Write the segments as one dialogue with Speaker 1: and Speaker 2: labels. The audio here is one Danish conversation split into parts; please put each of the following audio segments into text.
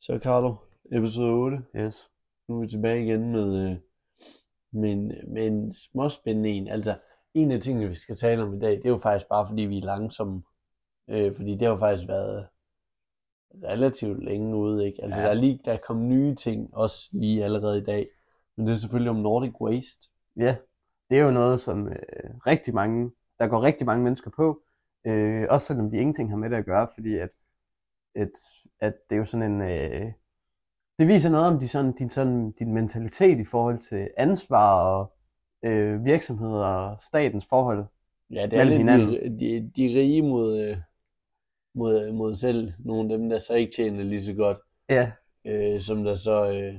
Speaker 1: Så Carlo, episode 8.
Speaker 2: Yes.
Speaker 1: Nu er vi tilbage igen med, øh, med, en, med en småspændende en. Altså, en af tingene, vi skal tale om i dag, det er jo faktisk bare, fordi vi er langsomme. Øh, fordi det har jo faktisk været relativt længe ude, ikke? Altså, ja.
Speaker 2: Ja.
Speaker 1: der er lige, der er kommet nye ting, også lige allerede i dag. Men det er selvfølgelig om Nordic Waste.
Speaker 2: Ja, det er jo noget, som øh, rigtig mange, der går rigtig mange mennesker på, øh, også selvom de ingenting har med det at gøre, fordi at, at, at det er jo sådan en, øh, det viser noget om de sådan, din, sådan, din mentalitet i forhold til ansvar og øh, virksomheder og statens forhold.
Speaker 1: Ja, det er lidt
Speaker 2: Mellem
Speaker 1: de,
Speaker 2: hinanden.
Speaker 1: de, de rige mod, øh, mod, mod selv. Nogle af dem, der så ikke tjener lige så godt.
Speaker 2: Ja,
Speaker 1: øh, som der så... Øh,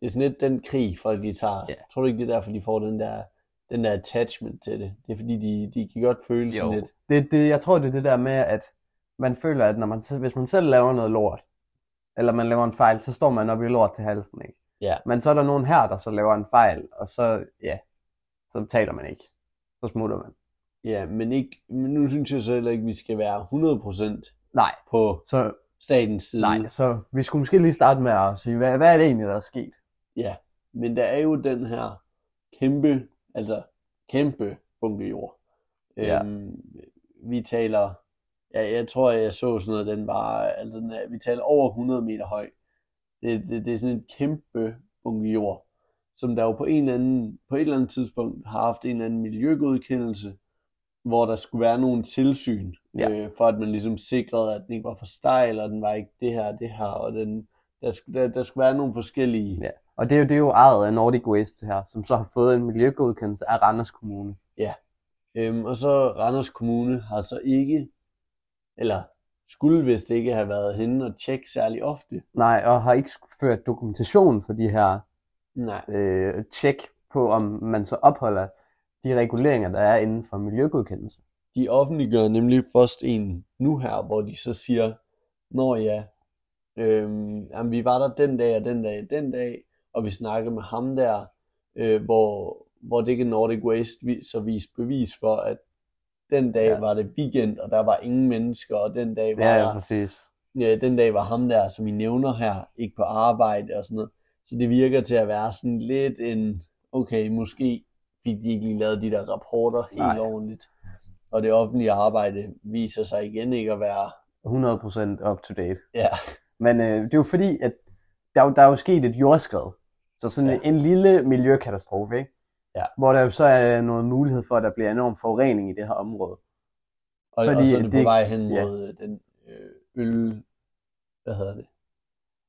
Speaker 1: det er sådan lidt den krig, folk de tager.
Speaker 2: Ja.
Speaker 1: Tror du ikke, det er derfor, de får den der, den der attachment til det? Det er fordi, de, de kan godt føle sådan
Speaker 2: Jo.
Speaker 1: lidt...
Speaker 2: Det, det, jeg tror, det er det der med, at man føler, at når man, selv- hvis man selv laver noget lort, eller man laver en fejl, så står man oppe i lort til halsen, ikke?
Speaker 1: Ja.
Speaker 2: Men så er der nogen her, der så laver en fejl, og så, ja, så taler man ikke. Så smutter man.
Speaker 1: Ja, men, ikke, men nu synes jeg så heller ikke, vi skal være
Speaker 2: Nej,
Speaker 1: 100% på
Speaker 2: så,
Speaker 1: statens side.
Speaker 2: nej, så vi skulle måske lige starte med at sige, hvad, hvad er det egentlig, der er sket?
Speaker 1: Men der er jo den her kæmpe, altså kæmpe bunke jord.
Speaker 2: Ja.
Speaker 1: Øhm, vi taler, ja, jeg tror, jeg så sådan noget, den var, altså den er, vi taler over 100 meter høj. Det, det, det er sådan en kæmpe bunke jord, som der jo på, en eller anden, på et eller andet tidspunkt har haft en eller anden miljøgodkendelse, hvor der skulle være nogle tilsyn,
Speaker 2: Ja.
Speaker 1: øh, for at man ligesom sikrede, at den ikke var for stejl, og den var ikke det her og det her, og den, der, skulle, der, der skulle være nogle forskellige...
Speaker 2: Ja. Og det er jo, det er jo ejet af Nordic Waste her, som så har fået en miljøgodkendelse af Randers Kommune.
Speaker 1: Øhm, og så Randers Kommune har så ikke, eller skulle vist ikke have været henne og tjekke særlig ofte.
Speaker 2: Nej, og har ikke ført dokumentation for de her
Speaker 1: Nej.
Speaker 2: øh, tjek på, om man så opholder de reguleringer, der er inden for miljøgodkendelse.
Speaker 1: De offentliggør nemlig først en nu her, hvor de så siger, Nå ja, øhm, jamen, vi var der den dag og den dag og den dag, og vi snakkede med ham der, øh, hvor, hvor det kan Nordic Waste vi- så vise bevis for, at den dag ja.
Speaker 2: Ja.
Speaker 1: var det weekend, og der var ingen mennesker, og den dag var
Speaker 2: Ja,
Speaker 1: der
Speaker 2: ja, præcis.
Speaker 1: ja, den dag var ham der, som I nævner her, ikke på arbejde og sådan noget. Så det virker til at være sådan lidt en, okay, måske fik de ikke lige lavet de der rapporter helt
Speaker 2: Nej.
Speaker 1: ordentligt. Og det offentlige arbejde viser sig igen ikke at være,
Speaker 2: 100% up to date.
Speaker 1: ja,
Speaker 2: Men øh, det er jo fordi, at der, er jo- der er jo sket et jordskred. Så sådan
Speaker 1: Ja.
Speaker 2: ja. en lille miljøkatastrofe, ikke?
Speaker 1: Ja.
Speaker 2: Hvor der jo så er noget mulighed for, at der bliver enorm forurening i det her område.
Speaker 1: og, Fordi
Speaker 2: Fordi
Speaker 1: og så er det på
Speaker 2: det-
Speaker 1: vej hen
Speaker 2: ja.
Speaker 1: mod øh, den øh, øl, hvad hedder det,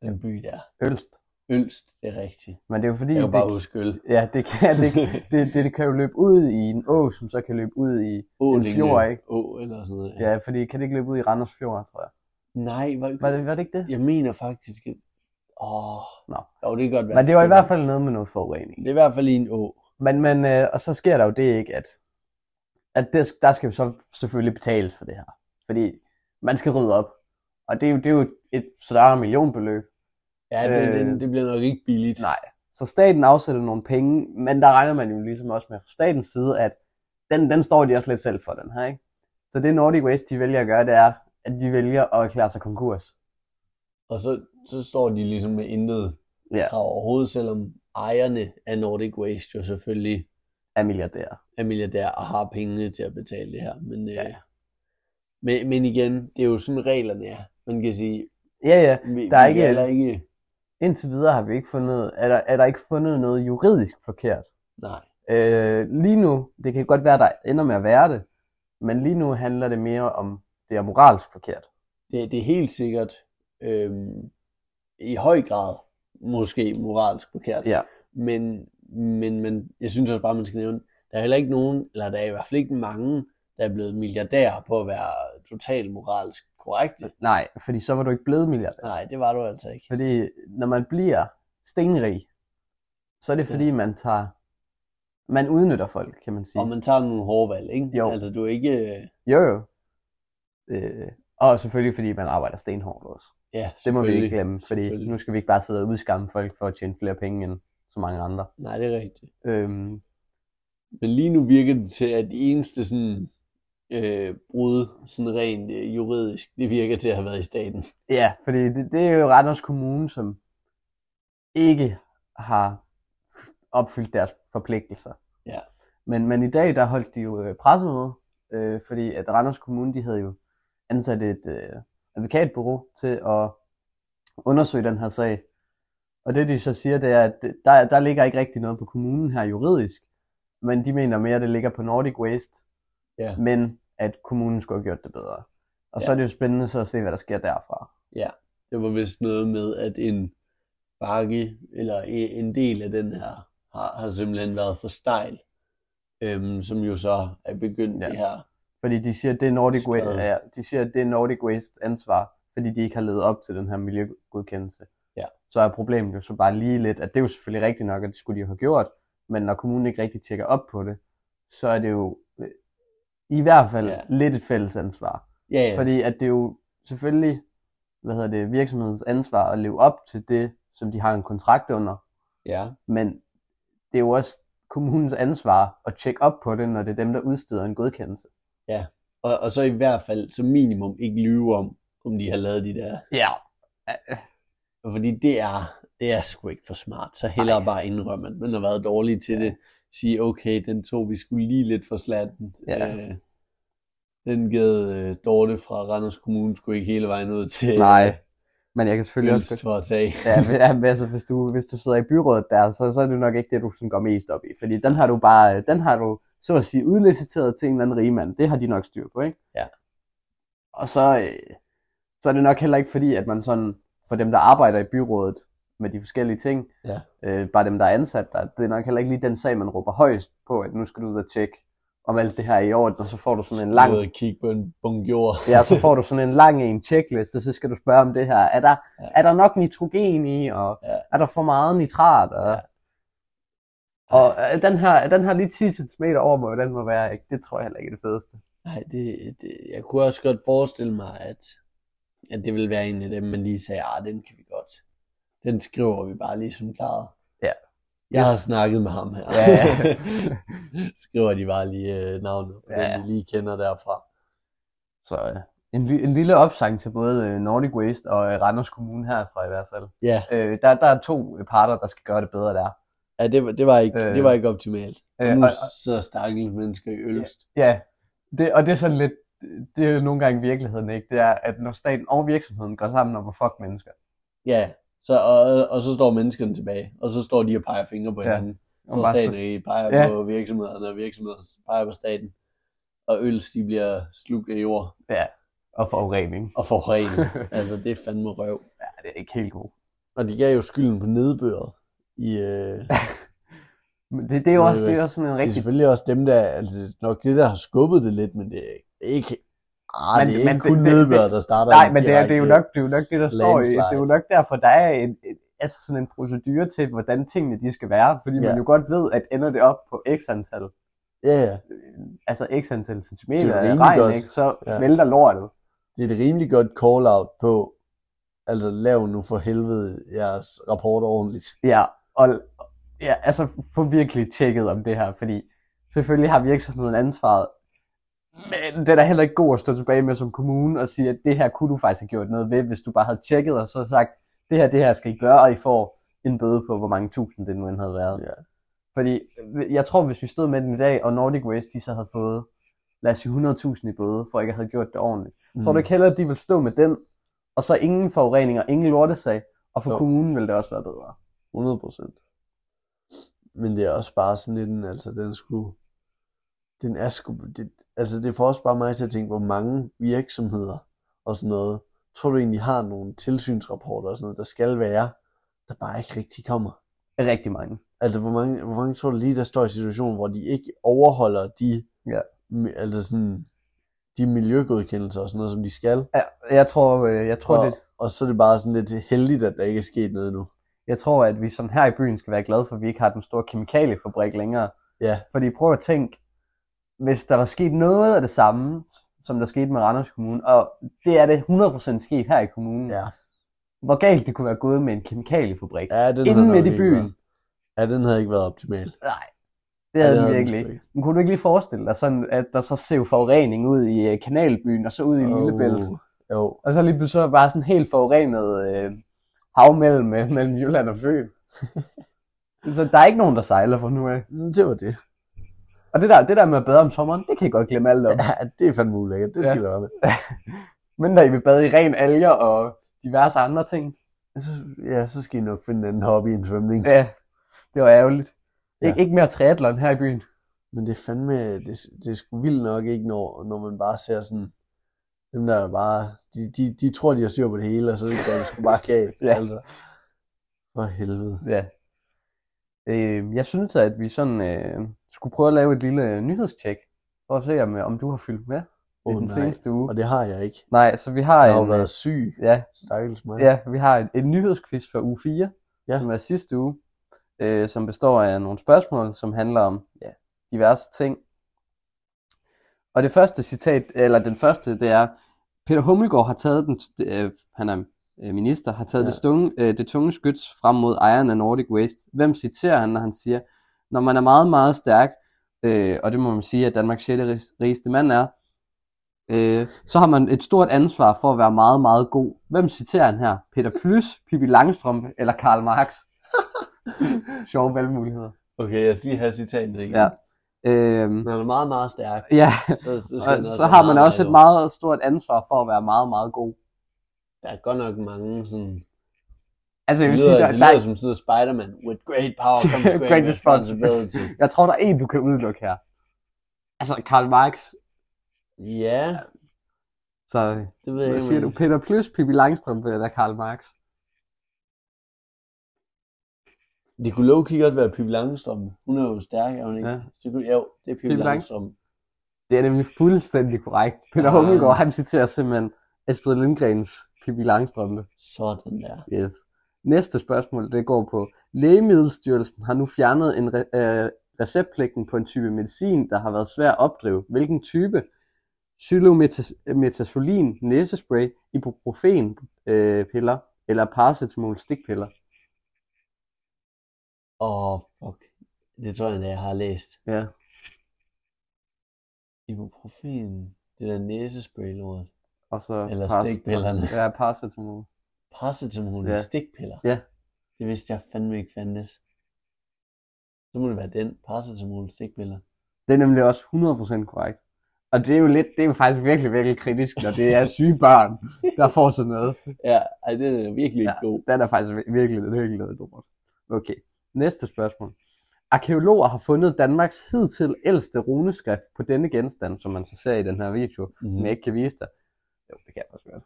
Speaker 1: den by der,
Speaker 2: Ølst.
Speaker 1: Ølst, det er rigtigt.
Speaker 2: Men det er jo fordi...
Speaker 1: Jeg kan
Speaker 2: det,
Speaker 1: bare huske øl.
Speaker 2: Ja, det kan, det, det, det, det kan jo løbe ud i en å, som så kan løbe ud i...
Speaker 1: Å,
Speaker 2: en
Speaker 1: Lingø.
Speaker 2: fjord, ikke?
Speaker 1: Å, eller sådan noget.
Speaker 2: Ja, fordi kan det ikke løbe ud i Randers Fjord, tror jeg.
Speaker 1: Nej, var,
Speaker 2: Var det, var det ikke det?
Speaker 1: jeg mener faktisk, at... Åh,
Speaker 2: Nå.
Speaker 1: jo, det kan godt være.
Speaker 2: Men det var i hvert fald noget med noget forurening.
Speaker 1: Det er i hvert fald i en å.
Speaker 2: Men, men øh, og så sker der jo det ikke, at, at det, der skal jo så selvfølgelig betales for det her. Fordi man skal rydde op. Og det er jo, det er jo et større millionbeløb.
Speaker 1: Ja, det,
Speaker 2: Øh.
Speaker 1: det, det bliver nok ikke billigt.
Speaker 2: Nej. Så staten afsætter nogle penge, men der regner man jo ligesom også med fra statens side, at den, den står de også lidt selv for, den her, ikke? Så det Nordic Waste, de vælger at gøre, det er, at de vælger at erklære sig konkurs.
Speaker 1: Og så, så står de ligesom med intet
Speaker 2: Ja.
Speaker 1: krav overhovedet, selvom ejerne af Nordic Waste jo selvfølgelig
Speaker 2: af milliardærer.
Speaker 1: er milliardær og har pengene til at betale det her. Men,
Speaker 2: Ja.
Speaker 1: øh, men, men igen, det er jo sådan reglerne er. Man kan sige,
Speaker 2: Ja, ja.
Speaker 1: vi,
Speaker 2: Der er
Speaker 1: vi
Speaker 2: ikke-
Speaker 1: kan heller ikke...
Speaker 2: Indtil videre har vi ikke fundet, er der, er der ikke fundet noget juridisk forkert.
Speaker 1: Nej,
Speaker 2: Øh, lige nu, det kan godt være, der ender med at være det, men lige nu handler det mere om, det er moralsk forkert.
Speaker 1: det, det er helt sikkert øhm, i høj grad måske moralsk forkert.
Speaker 2: Ja.
Speaker 1: Men, men, men jeg synes også bare, man skal nævne, der er heller ikke nogen, eller der er i hvert fald ikke mange, der er blevet milliardærer på at være totalt moralsk korrekte.
Speaker 2: Nej, fordi så var du ikke blevet milliardær.
Speaker 1: Nej, det var du altså ikke.
Speaker 2: Fordi når man bliver stenrig, så er det
Speaker 1: Ja.
Speaker 2: fordi, man tager, man udnytter folk, kan man sige.
Speaker 1: Og man tager nogle hårde valg, ikke?
Speaker 2: Jo.
Speaker 1: Altså, du er ikke... øh,
Speaker 2: Jo, jo. Øh, og selvfølgelig fordi, man arbejder stenhårdt også.
Speaker 1: Ja,
Speaker 2: Det må vi
Speaker 1: selvfølgelig.
Speaker 2: ikke glemme, fordi
Speaker 1: Selvfølgelig.
Speaker 2: nu skal vi ikke bare sidde og udskamme folk for at tjene flere penge end så mange andre.
Speaker 1: Nej, det er rigtigt.
Speaker 2: Øhm,
Speaker 1: Men lige nu virker det til, at de eneste sådan øh, brud, sådan rent øh, juridisk, det virker til at have været i staten.
Speaker 2: Ja, fordi det, det er jo Randers Kommune, som ikke har f- opfyldt deres forpligtelser.
Speaker 1: Ja.
Speaker 2: Men, men i dag, der holdt de jo øh, pressemøde, øh, fordi at Randers Kommune, de havde jo ansat et øh, advokatbureau til at undersøge den her sag. Og det, de så siger, det er, at det- der, der ligger ikke rigtig noget på kommunen her juridisk, men de mener mere, at det ligger på Nordic Waste,
Speaker 1: Ja.
Speaker 2: men at kommunen skulle have gjort det bedre. Og
Speaker 1: Ja.
Speaker 2: så er det jo spændende så at se, hvad der sker derfra.
Speaker 1: Det var vist noget med, at en bakke, eller e- en del af den her, har, har simpelthen været for stejl, øhm, som jo så er begyndt
Speaker 2: Ja.
Speaker 1: det her.
Speaker 2: Fordi de siger, at det er Nordic, Wa-
Speaker 1: Skrevet.
Speaker 2: ja, de siger, at det er Nordic Waste ansvar, fordi de ikke har levet op til den her miljøgodkendelse.
Speaker 1: Ja.
Speaker 2: Så er problemet jo så bare lige lidt, at det er jo selvfølgelig rigtigt nok, at det skulle de jo have gjort, men når kommunen ikke rigtig tjekker op på det, så er det jo øh, i hvert fald
Speaker 1: Ja.
Speaker 2: ja. lidt et fælles ansvar.
Speaker 1: Ja, ja.
Speaker 2: Ja. Fordi at det er jo selvfølgelig hvad hedder det, virksomhedens ansvar at leve op til det, som de har en kontrakt under,
Speaker 1: ja.
Speaker 2: men det er jo også kommunens ansvar at tjekke op på det, når det er dem, der udsteder en godkendelse.
Speaker 1: Og, og så i hvert fald som minimum ikke lyve om, om de har lavet de der.
Speaker 2: Ja.
Speaker 1: Fordi det er, det er sgu ikke for smart. Så hellere
Speaker 2: Ej.
Speaker 1: bare indrømme, at man har været dårlig til ja. det. Sige, okay, den tog vi skulle lige lidt for slatten.
Speaker 2: Ja.
Speaker 1: Øh, den gav øh, Dorte fra Randers Kommune skulle ikke hele vejen ud til
Speaker 2: Nej, Øh, men jeg kan selvfølgelig også
Speaker 1: Ølst
Speaker 2: godt...
Speaker 1: for at tage.
Speaker 2: Ja, men- ja, men altså, hvis du, hvis du sidder i byrådet der, så, så er det nok ikke det, du sådan går mest op i. Fordi den har du bare, den har du, så at sige, udliciteret til en eller anden rigmand. Det har de nok styr på, ikke?
Speaker 1: Ja.
Speaker 2: Og så, øh, så er det nok heller ikke fordi, at man sådan, for dem, der arbejder i byrådet med de forskellige ting,
Speaker 1: Ja.
Speaker 2: øh, bare dem, der er ansat der, det er nok heller ikke lige den sag, man råber højst på, at nu skal du ud og tjekke, om alt det her er i orden, og så får du sådan en lang
Speaker 1: Ud og kigge på en bunke jord.
Speaker 2: Ja, så får du sådan en lang en checkliste, så skal du spørge om det her. Er der,
Speaker 1: Ja.
Speaker 2: ja. er der nok nitrogen i, og
Speaker 1: Ja.
Speaker 2: ja. er der for meget nitrat? Og,
Speaker 1: Ja.
Speaker 2: ja. og er den, her, er den her lige 10 cm over mig, den må være, ikke? det tror jeg heller ikke er det fedeste.
Speaker 1: Nej, det, det, jeg kunne også godt forestille mig, at, at det ville være en af dem, man lige sagde, ah, den kan vi godt. Den skriver vi bare lige som klaret.
Speaker 2: Ja.
Speaker 1: Jeg har snakket med ham her.
Speaker 2: Ja, ja.
Speaker 1: skriver de bare lige øh, navnet, på
Speaker 2: Ja,
Speaker 1: den de lige kender derfra.
Speaker 2: Så øh, en, li- en lille opsang til både øh, Nordic Waste og øh, Randers Kommune herfra i hvert fald.
Speaker 1: Ja,
Speaker 2: Øh, der, der er to øh, parter, der skal gøre det bedre der.
Speaker 1: ja det, var- det, var ikke, øh,
Speaker 2: Øh.
Speaker 1: det var ikke optimalt. Og
Speaker 2: Øh,
Speaker 1: nu
Speaker 2: og,
Speaker 1: sidder stakkels mennesker i Ølst.
Speaker 2: Ja, det, og det er sådan lidt, det er jo nogle gange virkeligheden, ikke? Det er, at når staten og virksomheden går sammen om at fuck mennesker,
Speaker 1: Ja, så, og, og så står menneskerne tilbage, og så står de og peger fingre på
Speaker 2: Ja.
Speaker 1: hinanden.
Speaker 2: og
Speaker 1: Så
Speaker 2: bare
Speaker 1: staten i peger ja.
Speaker 2: Ja.
Speaker 1: på virksomhederne, og virksomhederne peger på staten. Og øls, de bliver slugt af jord
Speaker 2: og forurening.
Speaker 1: og forurenet. altså, det er fandme røv.
Speaker 2: Ja, det er ikke helt god.
Speaker 1: Og de gav jo skylden på nedbøret. I, øh,
Speaker 2: Men det, det er jo
Speaker 1: Nej,
Speaker 2: også, det
Speaker 1: det-
Speaker 2: er også sådan en
Speaker 1: det er
Speaker 2: rigtig...
Speaker 1: selvfølgelig også dem, der altså, nok det, der har skubbet det lidt, men det er ikke, ah,
Speaker 2: Men-
Speaker 1: det er ikke
Speaker 2: men
Speaker 1: kun
Speaker 2: det- det-
Speaker 1: nedbøret, der starter.
Speaker 2: Nej,
Speaker 1: en
Speaker 2: men det er, det er jo
Speaker 1: direkte-
Speaker 2: nok det, er jo nok det der står i. Det er jo
Speaker 1: landslide.
Speaker 2: nok derfor, der er en, en, altså sådan en procedure til, hvordan tingene de skal være. Fordi man
Speaker 1: Ja.
Speaker 2: jo godt ved, at ender det op på x antal,
Speaker 1: Ja, ja.
Speaker 2: øh, altså x antal centimeter
Speaker 1: Det er jo
Speaker 2: af
Speaker 1: rimelig
Speaker 2: regn,
Speaker 1: godt.
Speaker 2: ikke, så
Speaker 1: Ja.
Speaker 2: ja. vælter lortet.
Speaker 1: Det er et rimelig godt call-out på, altså lav nu for helvede jeres rapport ordentligt.
Speaker 2: Ja, og ja, altså få virkelig tjekket om det her, fordi selvfølgelig har virksomheden ansvaret, men det er da heller ikke god at stå tilbage med som kommune og sige, at det her kunne du faktisk have gjort noget ved, hvis du bare havde tjekket og så sagt, det her, det her skal I gøre, og I får en bøde på, hvor mange tusind det nu end havde været.
Speaker 1: Ja.
Speaker 2: Fordi øh, jeg tror, hvis vi stod med den i dag, og Nordic Waste, de så havde fået, lad os sige 100.000 i bøde, for ikke at have gjort det ordentligt. Tror
Speaker 1: Mm.
Speaker 2: du ikke heller, at de vil stå med den, og så ingen forurening og ingen lortesag, og for
Speaker 1: Jo.
Speaker 2: kommunen ville det også være bedre.
Speaker 1: 100 procent. Men det er også bare sådan lidt, en- altså den skulle, den er sgu, det, altså det får også bare mig til at tænke, hvor mange virksomheder og sådan noget, tror du egentlig har nogle tilsynsrapporter og sådan noget, der skal være, der bare ikke rigtig kommer.
Speaker 2: Rigtig mange.
Speaker 1: Altså hvor mange, hvor mange tror du lige, der står i situationen, hvor de ikke overholder de,
Speaker 2: Ja.
Speaker 1: mi- altså sådan, de miljøgodkendelser og sådan noget, som de skal.
Speaker 2: Ja, jeg tror, øh, jeg tror,
Speaker 1: og,
Speaker 2: det,
Speaker 1: og så er det bare sådan lidt heldigt, at der ikke er sket noget nu.
Speaker 2: jeg tror, at vi sådan her i byen skal være glade for, at vi ikke har den store kemikaliefabrik længere.
Speaker 1: Ja.
Speaker 2: Fordi prøv at tænke, hvis der var sket noget af det samme, som der skete med Randers Kommune, og det er det 100% sket her i kommunen,
Speaker 1: Ja.
Speaker 2: hvor galt det kunne være gået med en kemikaliefabrik.
Speaker 1: Ja, den
Speaker 2: Inden
Speaker 1: havde nok
Speaker 2: midt i
Speaker 1: ikke
Speaker 2: byen.
Speaker 1: været- Ja, den havde ikke været optimal.
Speaker 2: Nej. Det
Speaker 1: Ej, det
Speaker 2: havde den
Speaker 1: havde den
Speaker 2: virkelig
Speaker 1: sgu
Speaker 2: ikke. Men kunne du ikke lige forestille dig sådan, at der så sev forurening ud i øh, kanalbyen, og så ud i oh. Lillebælt?
Speaker 1: Åh, Jo.
Speaker 2: Og så lige pludselig så bare sådan helt forurenet øh, hav mellem, øh, mellem Jylland og Fyn. så der er ikke nogen, der sejler for nu af.
Speaker 1: Det var det.
Speaker 2: Og det der, det der med at bade om sommeren, det kan I godt glemme alt om.
Speaker 1: Ja, det er fandme ulækkert. Det skal ja. være med.
Speaker 2: Men der I vil bade i ren alger og diverse andre ting.
Speaker 1: Så, ja, så skal I nok finde en anden hobby end svømning.
Speaker 2: Ja, det var ærgerligt. Ik-
Speaker 1: Ja.
Speaker 2: Ikke mere triathlon her i byen.
Speaker 1: Men det er fandme, det, det er sgu vildt nok ikke, når, når man bare ser sådan, dem der bare, de, de, de tror, de har styr på det hele, og så går det sgu bare galt.
Speaker 2: Ja.
Speaker 1: Altså. For helvede.
Speaker 2: Ja. Øh, jeg synes, at vi sådan øh, skulle prøve at lave et lille øh, nyhedstjek, for at se, om, øh, om du har fyldt med i
Speaker 1: Åh,
Speaker 2: den
Speaker 1: nej.
Speaker 2: seneste uge.
Speaker 1: Og det har jeg ikke.
Speaker 2: Nej, så vi har
Speaker 1: Jeg har jo
Speaker 2: en,
Speaker 1: været syg,
Speaker 2: øh, ja,
Speaker 1: stakkels mig.
Speaker 2: ja, vi har en, en nyhedsquiz for uge 4,
Speaker 1: Ja.
Speaker 2: som er sidste uge, øh, som består af nogle spørgsmål, som handler om ja, diverse ting. Og det første citat, eller den første, det er, Peter Hummelgaard har taget den, øh, han er øh, minister, har taget ja.
Speaker 1: Ja.
Speaker 2: det, stunge, øh, det tunge skyts frem mod ejeren af Nordic Waste. Hvem citerer han, når han siger, når man er meget, meget stærk, øh, og det må man sige, at Danmarks 6. rig- rigeste mand er, øh, så har man et stort ansvar for at være meget, meget god. Hvem citerer han her? Peter Plys, Pippi Langstrømpe eller Karl Marx? Sjove valgmuligheder.
Speaker 1: Okay, jeg skal lige have citatet igen.
Speaker 2: Ja. Øhm,
Speaker 1: Når han er meget, meget stærk,
Speaker 2: ja,
Speaker 1: så, så, skal han
Speaker 2: og
Speaker 1: også
Speaker 2: så
Speaker 1: være
Speaker 2: har man
Speaker 1: meget,
Speaker 2: også et
Speaker 1: god.
Speaker 2: meget stort ansvar for at være meget, meget god.
Speaker 1: Der er godt nok mange sådan...
Speaker 2: Altså,
Speaker 1: Det
Speaker 2: jeg vil
Speaker 1: lyder,
Speaker 2: sige, der,
Speaker 1: det
Speaker 2: der,
Speaker 1: lyder som sådan noget Spider-Man. With great power comes great,
Speaker 2: Great
Speaker 1: responsibility.
Speaker 2: jeg tror, der er en, du kan udelukke her. Altså, Karl Marx.
Speaker 1: ja,
Speaker 2: Så
Speaker 1: det ved jeg
Speaker 2: hvad siger
Speaker 1: ikke.
Speaker 2: du?
Speaker 1: men-
Speaker 2: Peter Plys, Pippi Langstrømpe eller Karl Marx?
Speaker 1: Det kunne low-key godt være Pippi Langstrøm. Hun er jo stærk, er hun ikke?
Speaker 2: Ja.
Speaker 1: Ja. Så kunne, jo, det er Pippi
Speaker 2: Pippi
Speaker 1: Langstrøm.
Speaker 2: Det er nemlig fuldstændig korrekt. Peter
Speaker 1: Ah.
Speaker 2: Hummelgaard, han citerer simpelthen Astrid Lindgrens Pippi Langstrømpe.
Speaker 1: Sådan der.
Speaker 2: Yes. Næste spørgsmål, det går på, Lægemiddelstyrelsen har nu fjernet en re- øh, receptpligten på en type medicin, der har været svær at opdrive. Hvilken type? Xylometasolin, næsespray, ibuprofen øh, piller eller paracetamol stikpiller.
Speaker 1: Åh, oh, fuck. Det tror jeg, endda, jeg har læst.
Speaker 2: Ja.
Speaker 1: Ibuprofen. Det der næsespray-lort.
Speaker 2: Og så
Speaker 1: Eller
Speaker 2: paracetamol.
Speaker 1: stikpillerne.
Speaker 2: Ja, paracetamol.
Speaker 1: Paracetamol
Speaker 2: Ja.
Speaker 1: ja. stikpiller.
Speaker 2: Ja.
Speaker 1: Det vidste jeg fandme ikke fandtes. Så må det være den. Paracetamol stikpiller.
Speaker 2: Det er nemlig også 100% korrekt. Og det er jo lidt, det er jo faktisk virkelig, virkelig kritisk, når det er syge børn, der får sådan noget.
Speaker 1: Ja, ej, det er virkelig ikke god.
Speaker 2: Den er faktisk vir- virkelig, virkelig noget dumt. Okay, næste spørgsmål. Arkeologer har fundet Danmarks hidtil ældste runeskrift på denne genstand, som man så ser i den her video, mm. men jeg ikke kan vise dig. Jo, det kan jeg også godt.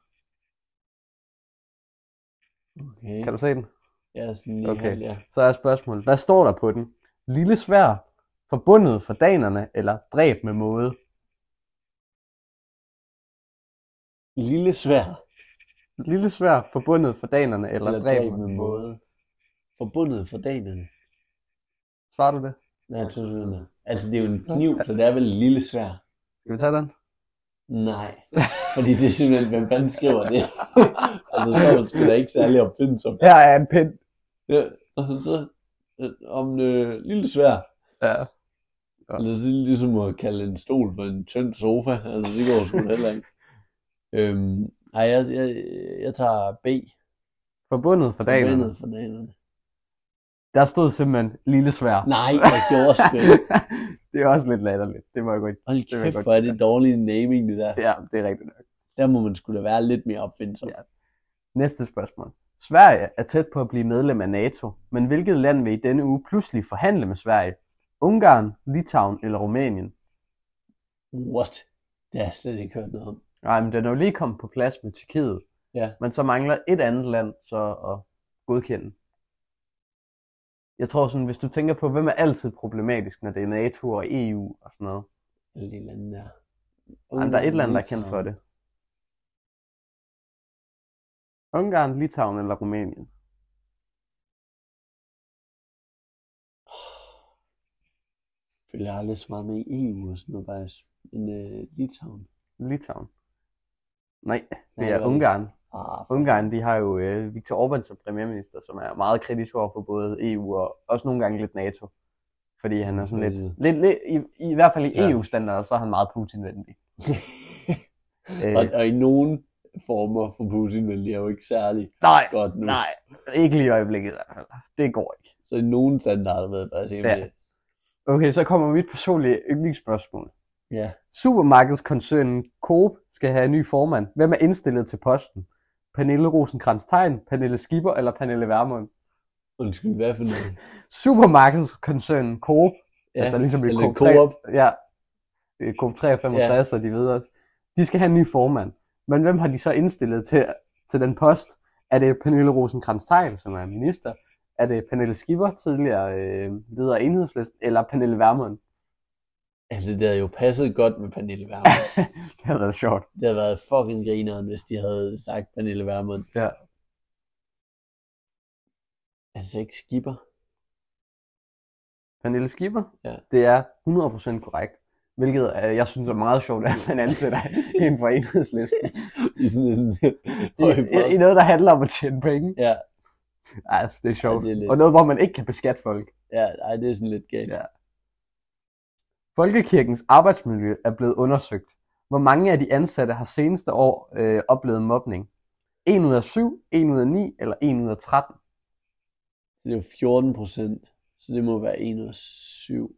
Speaker 1: Okay.
Speaker 2: Kan du se den?
Speaker 1: Ja, sådan lige
Speaker 2: Okay.
Speaker 1: okay. ja.
Speaker 2: Så er spørgsmålet, hvad står der på den? Lille svær, forbundet for danerne, eller dræb med måde?
Speaker 1: Lille svær.
Speaker 2: Lille svær, forbundet for danerne, eller,
Speaker 1: Eller dræb med måde. Forbundet for danerne.
Speaker 2: Svarer du det?
Speaker 1: Nej, jeg tror, det er noget. Altså, det er jo en kniv, så det er vel et lille svær.
Speaker 2: Skal vi tage den?
Speaker 1: Nej. Fordi det er simpelthen, hvem fanden skriver det? altså, så er man sgu da ikke særlig opfindsom.
Speaker 2: Her er en pind.
Speaker 1: Ja, og så øh, om øh, lille svær.
Speaker 2: Ja.
Speaker 1: Altså, det er ligesom at kalde en stol for en tynd sofa. Altså, det går sgu da heller ikke. Øhm, ej, jeg, jeg, jeg tager B.
Speaker 2: Forbundet for danerne.
Speaker 1: Forbundet for danerne.
Speaker 2: Der stod simpelthen lille svær.
Speaker 1: Nej, jeg gjorde sgu ikke.
Speaker 2: det er også lidt latterligt. Det må jeg godt.
Speaker 1: Hold
Speaker 2: vil jeg
Speaker 1: kæft,
Speaker 2: godt
Speaker 1: hvor er det dårlig naming, det der.
Speaker 2: Ja, det er rigtigt nok.
Speaker 1: Der må man skulle da være lidt mere opfindsom.
Speaker 2: Ja. Næste spørgsmål. Sverige er tæt på at blive medlem af NATO, men hvilket land vil i denne uge pludselig forhandle med Sverige? Ungarn, Litauen eller Rumænien?
Speaker 1: What? Det har jeg slet ikke hørt noget om.
Speaker 2: Nej, men den er jo lige kommet på plads med Tyrkiet.
Speaker 1: Ja.
Speaker 2: Men så mangler et andet land så at godkende. Jeg tror sådan, hvis du tænker på, hvem er altid problematisk, når det er NATO og EU og sådan noget.
Speaker 1: Alle de lande der.
Speaker 2: Jamen, der er et land, der er kendt for det. Ungarn, Litauen eller Rumænien?
Speaker 1: Jeg følger aldrig så meget med i EU og sådan noget, faktisk. Men øh, Litauen.
Speaker 2: Litauen. Nej, det
Speaker 1: Nej,
Speaker 2: er
Speaker 1: hvad er det?
Speaker 2: Ungarn.
Speaker 1: Ah, fuck.
Speaker 2: Ungarn, de har jo øh, E Viktor Orbán som premierminister, som er meget kritisk over for både EU og også nogle gange lidt NATO. Fordi han er sådan lidt,
Speaker 1: Øh.
Speaker 2: lidt, lidt i, i hvert fald i
Speaker 1: Ja.
Speaker 2: EU-standarder, så er han meget Putin-venlig. Øh,
Speaker 1: og, og i nogen former for Putin, men det er jo ikke særlig
Speaker 2: nej,
Speaker 1: godt nu.
Speaker 2: nej, ikke lige i øjeblikket i hvert fald. Det går ikke.
Speaker 1: Så i nogen standarder ved jeg faktisk ikke, om
Speaker 2: Ja.
Speaker 1: det.
Speaker 2: Okay, så kommer mit personlige yndlingsspørgsmål.
Speaker 1: Ja.
Speaker 2: Supermarkedskoncernen Coop skal have en ny formand. Hvem er indstillet til posten? Pernille rosenkrantz Tegn, Pernille Skipper eller Pernille Vermund?
Speaker 1: Undskyld, hvad for noget?
Speaker 2: Supermarkedskoncernen Coop, ja, altså ligesom i
Speaker 1: eller
Speaker 2: Coop,
Speaker 1: Coop.
Speaker 2: 3, ja, øh, Coop 365 ja. og de videre, de skal have en ny formand. Men hvem har de så indstillet til, til den post? Er det Pernille rosenkrantz Tegn, som er minister? Er det Pernille Skipper, tidligere øh, leder af enhedslisten, eller Pernille Vermund?
Speaker 1: Altså, det havde jo passet godt med Pernille Vermund.
Speaker 2: Det har været sjovt.
Speaker 1: det havde været fucking grineren, hvis de havde sagt Pernille Vermund.
Speaker 2: Ja.
Speaker 1: Altså, ikke skipper.
Speaker 2: Pernille Skipper.
Speaker 1: Ja.
Speaker 2: Det er 100% korrekt. Hvilket øh, jeg synes er meget sjovt, at man ansætter en for enhedslisten.
Speaker 1: I sådan en
Speaker 2: I,
Speaker 1: høj
Speaker 2: i, I noget, der handler om at tjene penge.
Speaker 1: Ja,
Speaker 2: Ej, det er sjovt.
Speaker 1: Ja, det er lidt-
Speaker 2: Og noget, hvor man ikke kan beskatte folk.
Speaker 1: ja, ej, det er sådan lidt galt.
Speaker 2: Ja. Folkekirkens arbejdsmiljø er blevet undersøgt. Hvor mange af de ansatte har seneste år øh, oplevet mobning? 1 ud af 7, 1 ud af 9 eller 1 ud af 13?
Speaker 1: Så det er jo 14 procent, så det må være 1 og 7.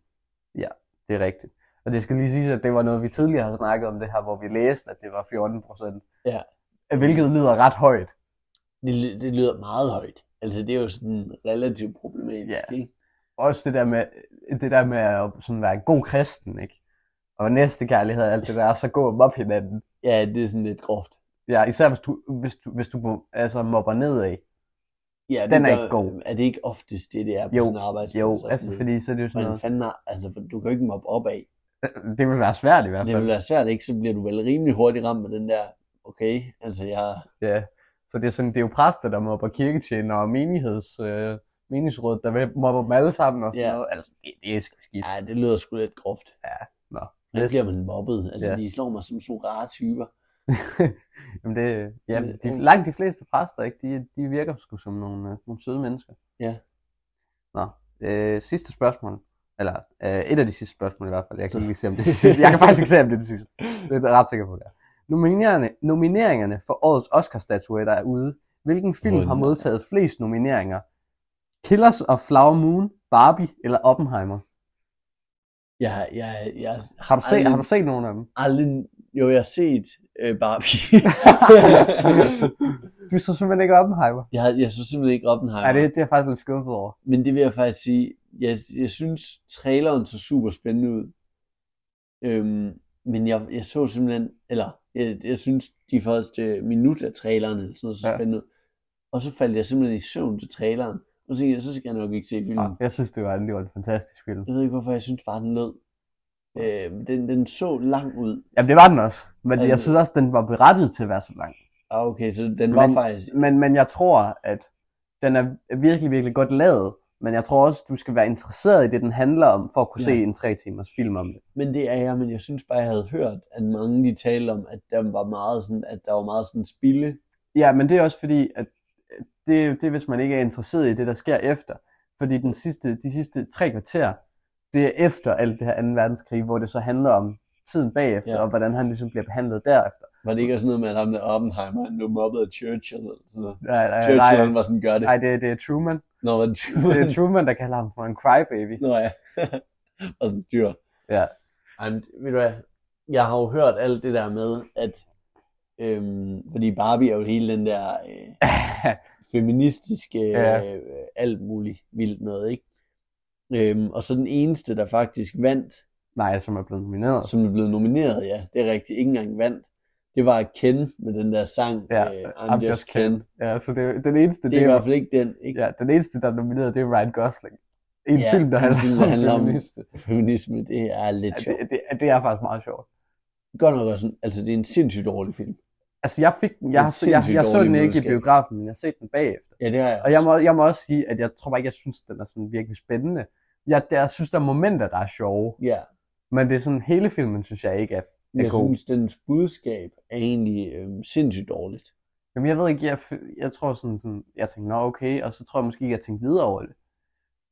Speaker 2: Det er rigtigt. Og det skal lige siges, at det var noget, vi tidligere har snakket om det her, hvor vi læste, at det var 14 procent.
Speaker 1: Ja.
Speaker 2: Hvilket lyder ret højt.
Speaker 1: Det, ly- det lyder meget højt. Altså, det er jo sådan relativt problematisk,
Speaker 2: Ja.
Speaker 1: ikke?
Speaker 2: også det der med, det der med at sådan være en god kristen, ikke? Og næste kærlighed og alt det der, så gå og mobbe hinanden.
Speaker 1: Ja, det er sådan lidt groft.
Speaker 2: Ja, især hvis du, hvis du, hvis du må- altså mobber nedad.
Speaker 1: Ja, det
Speaker 2: Den er
Speaker 1: gør-
Speaker 2: ikke god.
Speaker 1: Er det ikke oftest det, det er på
Speaker 2: Jo,
Speaker 1: sådan en arbejdsplads?
Speaker 2: Jo,
Speaker 1: og
Speaker 2: altså
Speaker 1: sådan
Speaker 2: fordi så er det jo sådan
Speaker 1: noget? Men
Speaker 2: noget,
Speaker 1: fanden har, altså, for du kan jo ikke mobbe opad.
Speaker 2: det vil være svært i hvert
Speaker 1: Det vil
Speaker 2: fald.
Speaker 1: være svært, ikke? Så bliver du vel rimelig hurtigt ramt med den der, okay, altså jeg...
Speaker 2: Ja. Så det er, sådan, det er jo præster, der mobber kirketjener og menigheds, øh, menighedsråd, der vil- mobber dem alle sammen og sådan
Speaker 1: Ja.
Speaker 2: noget. Altså, det, det er skidt.
Speaker 1: Ja, det lyder sgu lidt groft.
Speaker 2: Ja, nå.
Speaker 1: Men
Speaker 2: Næste.
Speaker 1: bliver man mobbet. Altså,
Speaker 2: Ja.
Speaker 1: de slår mig som sådan nogle rare typer.
Speaker 2: Jamen det, ja,
Speaker 1: Men-
Speaker 2: de, langt de fleste præster, ikke? De, de virker sgu som nogle, øh, nogle søde mennesker.
Speaker 1: Ja.
Speaker 2: Nå, øh, sidste spørgsmål. Eller øh, et af de sidste spørgsmål i hvert fald. Jeg kan ikke lige se, om det er det sidste. Jeg kan faktisk ikke se, om det er det sidste. Det er jeg ret sikker på, det er. Nomineringerne, nomineringerne for årets Oscar-statuetter er ude. Hvilken film
Speaker 1: Åh,
Speaker 2: har
Speaker 1: nej.
Speaker 2: modtaget flest nomineringer? Killers of Flower Moon, Barbie eller Oppenheimer?
Speaker 1: Jeg, jeg, jeg
Speaker 2: Har du, set,
Speaker 1: Ej.
Speaker 2: har du set nogen af dem?
Speaker 1: aldrig... Jo, jeg har set øh, Barbie.
Speaker 2: Du så simpelthen ikke Oppenheimer.
Speaker 1: jeg, har- jeg så simpelthen ikke Oppenheimer.
Speaker 2: Ja, det, det er jeg faktisk lidt skuffet over.
Speaker 1: Men det vil jeg faktisk sige, jeg, jeg synes, traileren så super spændende ud. Øhm, men jeg, jeg så simpelthen, eller jeg, jeg synes, de første minut af traileren eller sådan noget, så
Speaker 2: Ja.
Speaker 1: ja. spændende ud. Og så faldt jeg simpelthen i søvn til traileren. Og så tænkte jeg, så skal jeg nok ikke se filmen.
Speaker 2: Ja, jeg synes, det var, en- det var en fantastisk film.
Speaker 1: Jeg ved ikke, hvorfor jeg synes bare, den lød. Øhm, den, den så lang ud.
Speaker 2: Jamen, det var den også. Men
Speaker 1: Altså-
Speaker 2: jeg synes også, den var berettiget til at være så lang.
Speaker 1: Ah, okay, så den var
Speaker 2: Men-
Speaker 1: faktisk...
Speaker 2: Men, men jeg tror, at den er virkelig, virkelig godt lavet. Men jeg tror også, du skal være interesseret i det, den handler om, for at kunne
Speaker 1: Ja.
Speaker 2: se en tre timers film om det.
Speaker 1: Men det er jeg, men jeg synes bare, jeg havde hørt, at mange de talte om, at der var meget sådan, at der var meget sådan spille.
Speaker 2: Ja, men det er også fordi, at det, det er, hvis man ikke er interesseret i det, der sker efter. Fordi den sidste, de sidste tre kvarter, det er efter alt det her 2. verdenskrig, hvor det så handler om tiden bagefter,
Speaker 1: Ja.
Speaker 2: og hvordan han ligesom bliver behandlet derefter.
Speaker 1: Var det ikke også noget med, at ham der Oppenheimer, han blev mobbet af Churchill eller sådan noget?
Speaker 2: Nej, nej,
Speaker 1: Churchill,
Speaker 2: nej,
Speaker 1: han var sådan, gør det.
Speaker 2: nej det, det er Truman.
Speaker 1: Nå, var det
Speaker 2: Det er
Speaker 1: Churchill?
Speaker 2: Truman, der kalder ham for en crybaby.
Speaker 1: Nå ja. og sådan dyr.
Speaker 2: Ja.
Speaker 1: Ej, men ved du hvad, jeg har jo hørt alt det der med, at øhm, fordi Barbie er jo hele den der øh, feministiske
Speaker 2: Ja.
Speaker 1: øh, alt muligt vildt noget, ikke? Øhm, og så den eneste, der faktisk vandt,
Speaker 2: Nej, som er blevet nomineret.
Speaker 1: som er blevet nomineret, ja, det er rigtigt, ikke engang vandt, det var Ken med den der sang,
Speaker 2: Ja,
Speaker 1: øh, I'm, Just, Ken. Ken.
Speaker 2: Ja, så det, den eneste,
Speaker 1: Det er i hvert fald ikke den, ikke?
Speaker 2: ja, den eneste, der er nomineret, det er Ryan Gosling. I en
Speaker 1: Ja,
Speaker 2: film, der
Speaker 1: en film,
Speaker 2: handler,
Speaker 1: der handler om-
Speaker 2: om feminister.
Speaker 1: feminisme, det er lidt
Speaker 2: Ja,
Speaker 1: sjovt.
Speaker 2: det, det, det, er faktisk meget sjovt.
Speaker 1: Godt nok også, en- altså det er en sindssygt dårlig film.
Speaker 2: Altså, jeg, fik, den- jeg,
Speaker 1: er
Speaker 2: har- jeg, jeg,
Speaker 1: sindssygt
Speaker 2: jeg så
Speaker 1: dårligt
Speaker 2: den ikke i
Speaker 1: budskab.
Speaker 2: biografen, men jeg har set den bagefter.
Speaker 1: Ja, det har jeg
Speaker 2: Og jeg må, jeg må også sige, at jeg tror bare ikke, jeg synes, den er sådan virkelig spændende. Jeg, der, jeg synes, der er momenter, der er sjove,
Speaker 1: Ja,
Speaker 2: men det er sådan, hele filmen synes jeg ikke er,
Speaker 1: men
Speaker 2: er
Speaker 1: jeg
Speaker 2: god.
Speaker 1: synes, dens budskab er egentlig øhm, sindssygt dårligt.
Speaker 2: Jamen, jeg ved ikke, jeg, fø- jeg tror sådan, sådan, jeg tænkte, nå okay, og så tror jeg måske ikke, jeg tænkte videre over det.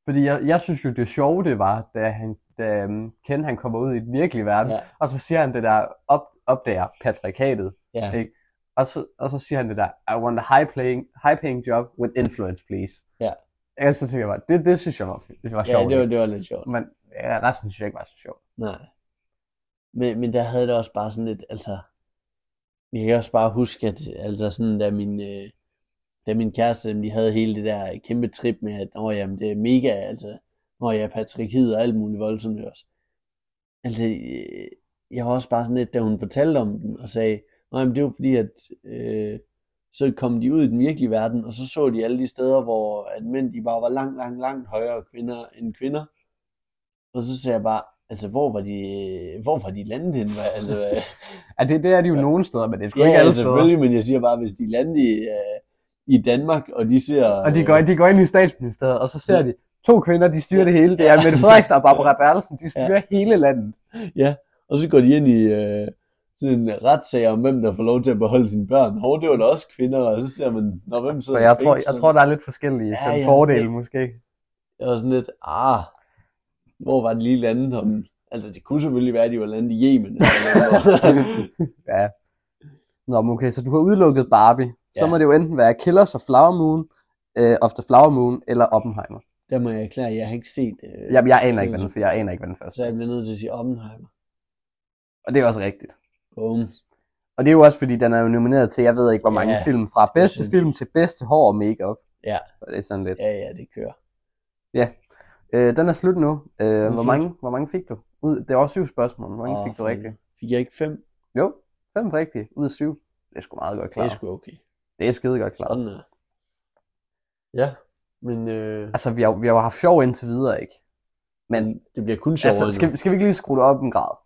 Speaker 2: Fordi jeg, jeg synes jo, det sjove det var, da, han, da øhm, Ken han kommer ud i den virkelige verden,
Speaker 1: Ja.
Speaker 2: og så siger han det der, op, opdager patriarkatet,
Speaker 1: Ja.
Speaker 2: Ikke? og så, og så siger han det der, I want a high paying, high paying job with influence, please.
Speaker 1: Ja.
Speaker 2: Og så tænker jeg bare, det, det synes jeg var, det var
Speaker 1: ja,
Speaker 2: sjovt.
Speaker 1: det var, det var lidt sjovt.
Speaker 2: Men ja, resten synes jeg ikke var så sjovt.
Speaker 1: Nej. Men, men der havde det også bare sådan lidt, altså, jeg kan også bare huske, at altså sådan, da min, øh, da min kæreste, dem, de havde hele det der kæmpe trip med, at åh, jamen, det er mega, altså, når jeg er patriarkiet og alt muligt voldsomt også. Altså, øh, jeg var også bare sådan lidt, da hun fortalte om den, og sagde, nej, men det var fordi, at øh, så kom de ud i den virkelige verden, og så så de alle de steder, hvor at mænd, de bare var langt, langt, langt højere kvinder end kvinder. Og så sagde jeg bare, altså, hvor var de, hvor var de landet henne? Hvad- Altså, øh,
Speaker 2: Ja, det, det er de jo
Speaker 1: Ja.
Speaker 2: ja. nogen steder, men det er sgu
Speaker 1: ja,
Speaker 2: ikke
Speaker 1: ja,
Speaker 2: alle steder.
Speaker 1: selvfølgelig, men jeg siger bare, hvis de lander i, øh, i Danmark, og de ser... øh,
Speaker 2: Og de går, de går ind i statsministeriet, og så ser
Speaker 1: Ja.
Speaker 2: de to kvinder, de styrer det hele. Det er
Speaker 1: Ja.
Speaker 2: Mette Frederiksen og Barbara Bertelsen, de styrer hele landet.
Speaker 1: Og så går de ind i øh, sådan en retssag om, hvem der får lov til at beholde sine børn. Hov, det var da også kvinder, og så ser man, når hvem
Speaker 2: Så
Speaker 1: sidder
Speaker 2: jeg
Speaker 1: i
Speaker 2: tror, jeg
Speaker 1: fængsel?
Speaker 2: tror der er lidt forskellige
Speaker 1: Ja,
Speaker 2: sådan
Speaker 1: ja,
Speaker 2: fordele,
Speaker 1: slet.
Speaker 2: måske.
Speaker 1: Jeg var sådan lidt, ah, hvor var det lige landet om? Altså, det kunne selvfølgelig være, at de var landet i Yemen. Eller noget.
Speaker 2: ja. Nå, men okay, så du har udelukket Barbie. Så
Speaker 1: Ja.
Speaker 2: må det jo enten være Killers of Flower Moon, øh, of the Flower Moon, eller Oppenheimer.
Speaker 1: der må jeg erklære, at jeg har ikke set øh,
Speaker 2: Jamen, jeg aner ikke, hvad den, for jeg aner ikke, hvad den første
Speaker 1: Så
Speaker 2: er.
Speaker 1: jeg bliver nødt til at sige Oppenheimer.
Speaker 2: Og det er også rigtigt.
Speaker 1: Boom.
Speaker 2: Og det er jo også, fordi den er jo nomineret til, jeg ved ikke, hvor mange
Speaker 1: Ja,
Speaker 2: film, fra bedste
Speaker 1: synes-
Speaker 2: film til bedste hår og makeup.
Speaker 1: Ja.
Speaker 2: Så det er sådan lidt.
Speaker 1: Ja, ja, det kører.
Speaker 2: Øh, den er slut nu. Øh, hvor,
Speaker 1: slut.
Speaker 2: mange, hvor mange fik du? Ud, det var syv spørgsmål. Hvor mange
Speaker 1: Åh,
Speaker 2: fik du
Speaker 1: for-
Speaker 2: rigtigt?
Speaker 1: Fik jeg ikke fem?
Speaker 2: Jo, fem rigtige ud af syv. Det er sgu meget godt
Speaker 1: Det er
Speaker 2: klart.
Speaker 1: sgu okay.
Speaker 2: Det er skide godt klart.
Speaker 1: Sådan er. Ja, men øh,
Speaker 2: Altså, vi har, vi har jo haft sjov indtil videre, ikke? Men
Speaker 1: det bliver kun sjovere
Speaker 2: altså, skal, vi- skal vi ikke lige skrue det op en grad?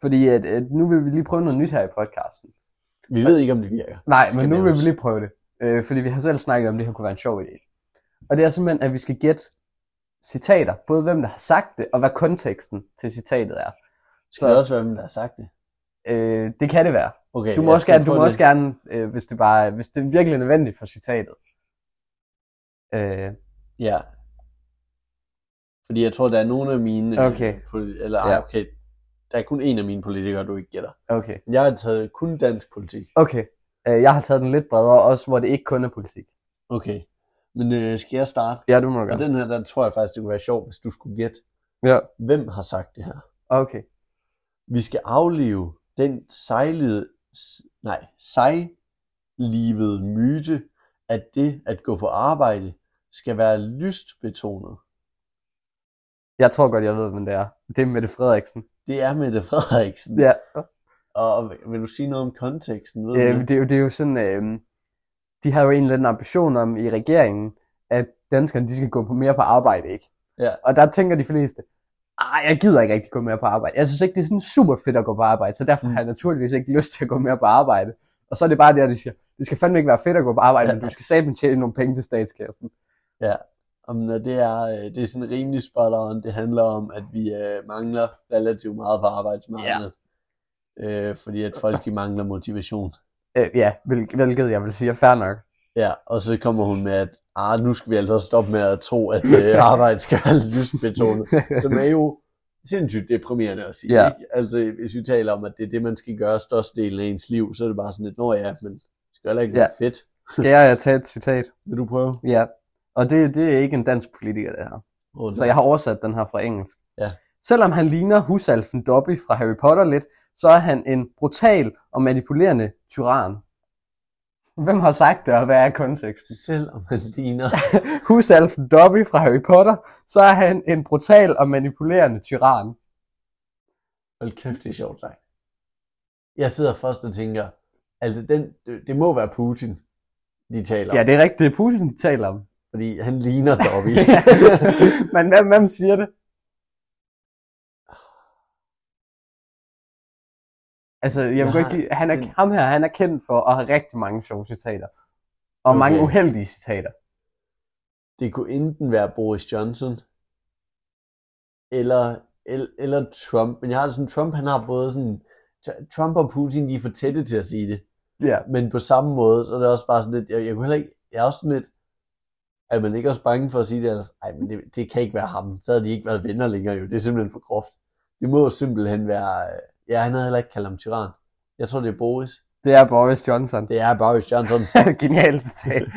Speaker 2: Fordi at, at nu vil vi lige prøve noget nyt her i podcasten.
Speaker 1: nu. Vi ved ikke, om det virker.
Speaker 2: Nej,
Speaker 1: Skal
Speaker 2: men nu vil
Speaker 1: nævnes.
Speaker 2: vi lige prøve det. Øh, fordi vi har selv snakket om, at det her kunne være en sjov idé. Og det er simpelthen, at vi skal gætte citater. Både hvem, der har sagt det, og hvad konteksten til citatet er.
Speaker 1: Skal det også være, hvem der har sagt det?
Speaker 2: Øh, det kan det være.
Speaker 1: Okay,
Speaker 2: Du må
Speaker 1: jeg
Speaker 2: også
Speaker 1: skal
Speaker 2: gerne, du
Speaker 1: prøve
Speaker 2: må
Speaker 1: det.
Speaker 2: også gerne øh, hvis, det bare, hvis det er virkelig nødvendigt for citatet. Øh,
Speaker 1: Ja. Fordi jeg tror, der er nogle af mine... øh,
Speaker 2: Okay.
Speaker 1: Politi- eller, ja.
Speaker 2: Ja.
Speaker 1: okay. Der er kun en af mine politikere, du ikke gætter.
Speaker 2: okay.
Speaker 1: Men Jeg har taget kun dansk politik.
Speaker 2: Okay. Øh, jeg har taget den lidt bredere, også hvor det ikke kun er politik.
Speaker 1: Okay. Men øh, skal jeg starte?
Speaker 2: Ja, du må
Speaker 1: Og den her, der tror jeg faktisk, det kunne være sjovt, hvis du skulle gætte.
Speaker 2: Ja.
Speaker 1: Hvem har sagt det her?
Speaker 2: Okay.
Speaker 1: Vi skal aflive den sejlede, s- nej, sejlivede myte, at det at gå på arbejde skal være lystbetonet.
Speaker 2: Jeg tror godt, jeg ved, hvem det er. Det er Mette Frederiksen.
Speaker 1: Det er Mette Frederiksen.
Speaker 2: Ja.
Speaker 1: Og vil du sige noget om konteksten? Ved
Speaker 2: Øh,
Speaker 1: du? det?
Speaker 2: det, er jo, det er jo sådan, øh, de har jo en eller anden ambition om i regeringen, at danskerne de skal gå på mere på arbejde, ikke?
Speaker 1: Ja.
Speaker 2: Og der tænker de fleste, ej, jeg gider ikke rigtig gå mere på arbejde. Jeg synes ikke, det er sådan super fedt at gå på arbejde, så derfor
Speaker 1: Mm.
Speaker 2: har jeg naturligvis ikke lyst til at gå mere på arbejde. Og så er det bare der, de siger, det skal fandme ikke være fedt at gå på arbejde,
Speaker 1: Ja.
Speaker 2: men du skal satme tjene nogle penge til statskassen.
Speaker 1: Jamen, og det er, øh, det er sådan rimelig spot on. Det handler om, at vi øh, mangler relativt meget på arbejdsmarkedet. Ja. Øh, fordi at folk de mangler motivation.
Speaker 2: Øh, ja, hvil- hvilket jeg vil sige er fair nok.
Speaker 1: Ja, og så kommer hun med, at ah, nu skal vi altså stoppe med at tro, at øh, arbejde skal være lystbetonet. Som er jo sindssygt deprimerende at sige.
Speaker 2: Ja.
Speaker 1: ikke? Altså, hvis vi taler om, at det er det, man skal gøre størstedelen af ens liv, så er det bare sådan lidt, nå ja, men det skal heller ikke være fedt.
Speaker 2: Skal jeg tage et citat?
Speaker 1: Vil du prøve?
Speaker 2: Ja. Og det, det er ikke en dansk politiker, det her.
Speaker 1: Oh,
Speaker 2: Så jeg har oversat den her fra engelsk.
Speaker 1: Ja.
Speaker 2: Selvom han ligner husalfen Dobby fra Harry Potter lidt, så er han en brutal og manipulerende tyran. Hvem har sagt det, og hvad er konteksten?
Speaker 1: Selvom man ligner...
Speaker 2: Husalfen Dobby fra Harry Potter, så er han en brutal og manipulerende tyran.
Speaker 1: Hold kæft, det er sjovt sagt. Jeg sidder først og tænker, altså den, det det må være Putin, de taler
Speaker 2: Ja,
Speaker 1: om,
Speaker 2: det er rigtigt, det er Putin, de taler om.
Speaker 1: fordi han ligner Dobby.
Speaker 2: Men hvem, hvem siger det? Altså, jeg vil
Speaker 1: Jeg
Speaker 2: godt
Speaker 1: har
Speaker 2: ikke lide, han er,
Speaker 1: en-
Speaker 2: ham her, han er kendt for at have rigtig mange sjove citater. Og okay. mange
Speaker 1: Okay.
Speaker 2: uheldige citater.
Speaker 1: det kunne enten være Boris Johnson, eller, eller, eller Trump. Men jeg har det sådan, Trump han har både sådan, Tr- Trump og Putin, de er for tætte til at sige det.
Speaker 2: Ja.
Speaker 1: Men på samme måde, så er det også bare sådan lidt, jeg, jeg kunne heller ikke, jeg er også sådan lidt, Er man ikke også bange for at sige det ellers? Ej, men det, det kan ikke være ham. Så havde de ikke været venner længere jo. Det er simpelthen for groft. Det må simpelthen være... øh, Ja, han havde heller ikke kaldt ham tyran. Jeg tror, det er Boris.
Speaker 2: Det er Boris Johnson.
Speaker 1: Det er Boris Johnson.
Speaker 2: Genialt citat.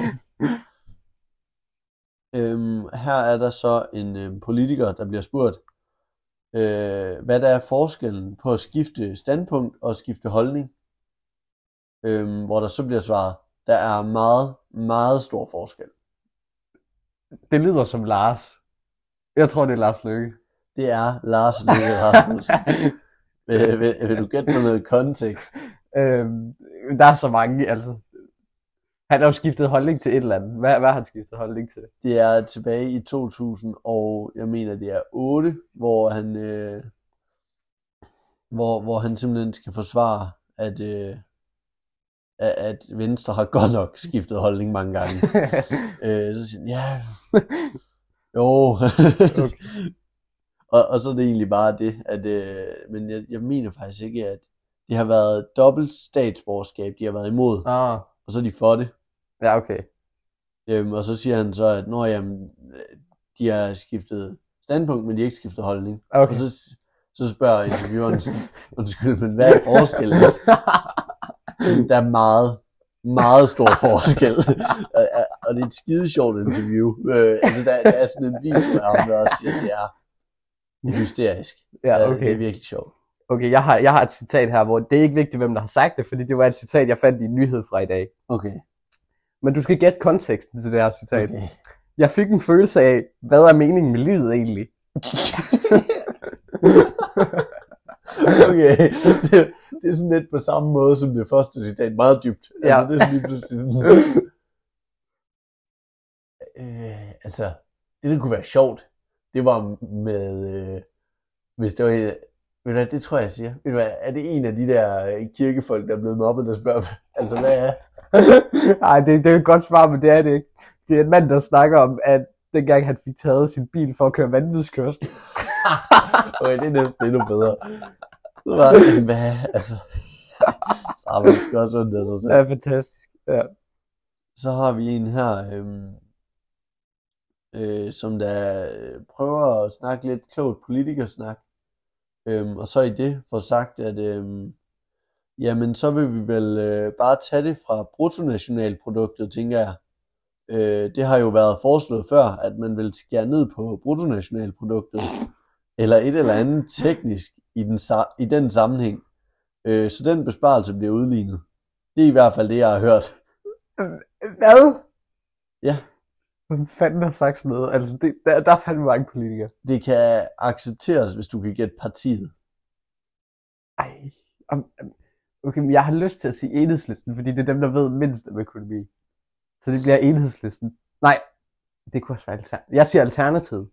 Speaker 1: Øhm, her er der så en øhm, politiker, der bliver spurgt, øh, hvad der er forskellen på at skifte standpunkt og at skifte holdning. Øhm, hvor der så bliver svaret, der er meget, meget stor forskel.
Speaker 2: Det lyder som Lars. Jeg tror, det er Lars Løkke.
Speaker 1: Det er Lars Løkke Rasmussen. vil, vil, vil du gætte på noget kontekst?
Speaker 2: øhm, der er så mange, altså. Han har jo skiftet holdning til et eller andet. Hvad, hvad har han skiftet holdning til?
Speaker 1: Det er tilbage i 2000, og jeg mener, det er 8, hvor han, øh, hvor, hvor han simpelthen skal forsvare, at, øh, at- at Venstre har godt nok skiftet holdning mange gange. øh, så siger han, ja, jo. og, og så er det egentlig bare det, at, øh, men jeg, jeg mener faktisk ikke, at det har været dobbelt statsborgerskab, de har været imod,
Speaker 2: Ah,
Speaker 1: og så er de for det.
Speaker 2: ja, okay.
Speaker 1: Øhm, og så siger han så, at når jamen, øh, de har skiftet standpunkt, men de har ikke skiftet holdning. Okay.
Speaker 2: okay.
Speaker 1: Og så, så spørger intervieweren, sådan, undskyld, men hvad er forskellen? Der er meget, meget stor forskel. Og- og- og det er et skide sjovt interview. Øh, altså, der, der er sådan en video af ham, der også siger, at det er hysterisk.
Speaker 2: ja,
Speaker 1: Det er
Speaker 2: okay.
Speaker 1: virkelig sjovt.
Speaker 2: Okay, jeg har, jeg har et citat her, hvor det er ikke vigtigt, hvem der har sagt det, fordi det var et citat, jeg fandt i en nyhed fra i dag.
Speaker 1: Okay.
Speaker 2: Men du skal gætte konteksten til det her citat. Okay.
Speaker 1: okay.
Speaker 2: Jeg fik en følelse af, hvad er meningen med livet egentlig?
Speaker 1: okay. Det, det er sådan lidt på samme måde som det første citat. Meget dybt. Altså,
Speaker 2: Ja.
Speaker 1: det er sådan lige pludselig sådan... øh, altså, det der kunne være sjovt, det var med... Øh, hvis det var en, ved du hvad, det tror jeg, jeg siger. Ved du hvad, er det en af de der øh, kirkefolk, der er blevet mobbet, der spørger, altså hvad er...
Speaker 2: Nej, det, det er et godt svar, men det er det ikke. Det er en mand, der snakker om, at dengang han fik taget sin bil for at køre vanvidskørsel.
Speaker 1: Okay, det er næsten endnu bedre. Så var det, hvad, altså... Så har man sgu også ondt af sig selv.
Speaker 2: Det er fantastisk. Ja.
Speaker 1: Så har vi en her, øhm, øh, som der øh, prøver at snakke lidt klogt politikersnak. Øhm, og så i det får sagt, at øhm, jamen så vil vi vel øh, bare tage det fra bruttonationalproduktet, tænker jeg. Øh, det har jo været foreslået før, at man vil skære ned på bruttonationalproduktet, eller et eller andet teknisk i den, sa- i den sammenhæng. Øh, så den besparelse bliver udlignet. Det er i hvert fald det, jeg har hørt.
Speaker 2: Hvad?
Speaker 1: Ja.
Speaker 2: Hvem fanden har sagt sådan noget? Altså, det, der, der er fandme mange politikere.
Speaker 1: det kan accepteres, hvis du kan gætte partiet.
Speaker 2: Ej. Om, om- okay, men jeg har lyst til at sige enhedslisten, fordi det er dem, der ved mindst om økonomi. Så det bliver enhedslisten. Nej, det kunne også være alternativet. Jeg siger alternativet.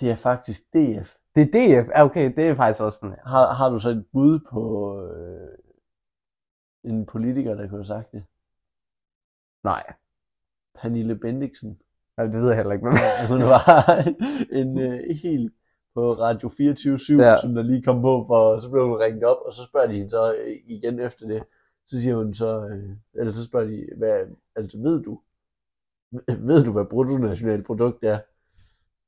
Speaker 1: Det er faktisk DF.
Speaker 2: Det er DF. Ja, okay, det er faktisk også sådan her.
Speaker 1: Har, har du så et bud på øh, en politiker, der kunne have sagt det?
Speaker 2: Nej,
Speaker 1: Pernille Bendiksen.
Speaker 2: Jamen, det ved jeg heller ikke. Men...
Speaker 1: Hun var en øh, helt på Radio 24
Speaker 2: Ja.
Speaker 1: ja. som der lige kom på, for så blev hun ringet op, og så spørger de hende så øh, igen efter det. Så siger hun så, øh, eller så spørger de, hvad, altså ved du, ved du, hvad bruttonationalprodukt er?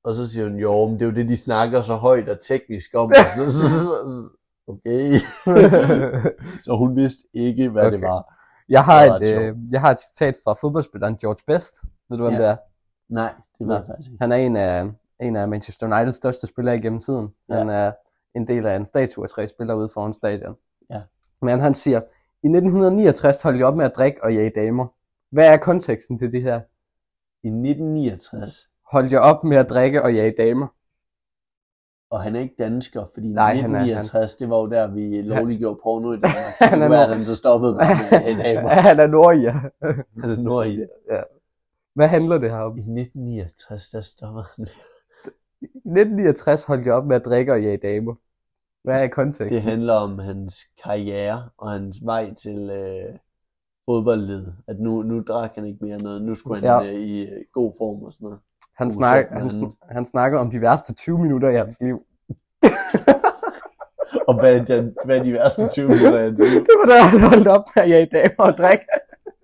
Speaker 1: Og så siger hun, jo, men det er jo det, de snakker så højt og teknisk om. okay. Så hun vidste ikke, hvad okay. det
Speaker 2: Okay.
Speaker 1: var.
Speaker 2: jeg, har
Speaker 1: Det var ret
Speaker 2: et, øh, jeg har et citat fra fodboldspilleren George Best. Ved du, hvem
Speaker 1: Ja.
Speaker 2: det er?
Speaker 1: Nej, det var
Speaker 2: Nå.
Speaker 1: faktisk ikke.
Speaker 2: Han er en af, en af Manchester Uniteds største spillere gennem tiden.
Speaker 1: Ja.
Speaker 2: Han er en del af en statue af tre spillere ude foran stadion.
Speaker 1: Ja.
Speaker 2: Men han siger, i 1969 holdt jeg op med at drikke og jage damer. Hvad er konteksten til det her?
Speaker 1: I 1969,
Speaker 2: Holdt jeg op med at drikke og jage damer?
Speaker 1: og han er ikke dansker, fordi
Speaker 2: Nej,
Speaker 1: Nej,
Speaker 2: han er- han-
Speaker 1: 1969 det var jo der, vi lovliggjorde porno i Danmark.
Speaker 2: Han er
Speaker 1: nu er
Speaker 2: nord-
Speaker 1: han så stoppet bare med en damer.
Speaker 2: han er nordier.
Speaker 1: Han er nord i
Speaker 2: Hvad handler det her om?
Speaker 1: I 1969, der stopper han.
Speaker 2: I 1969 holdt jeg op med at drikke og jage damer. Hvad er
Speaker 1: Det
Speaker 2: konteksten?
Speaker 1: handler om hans karriere og hans vej til øh, fodboldledet. At nu, nu drak han ikke mere noget. Nu skulle han
Speaker 2: Ja.
Speaker 1: ja. øh, i øh, god form og sådan noget.
Speaker 2: Han,
Speaker 1: Uh,
Speaker 2: snak,
Speaker 1: så-
Speaker 2: han,
Speaker 1: men-
Speaker 2: sn- han snakker om de værste 20 minutter i hans liv.
Speaker 1: Og hvad er, den, hvad er de værste 20 minutter af hans liv?
Speaker 2: det var da han holdt op her i dag og drikke.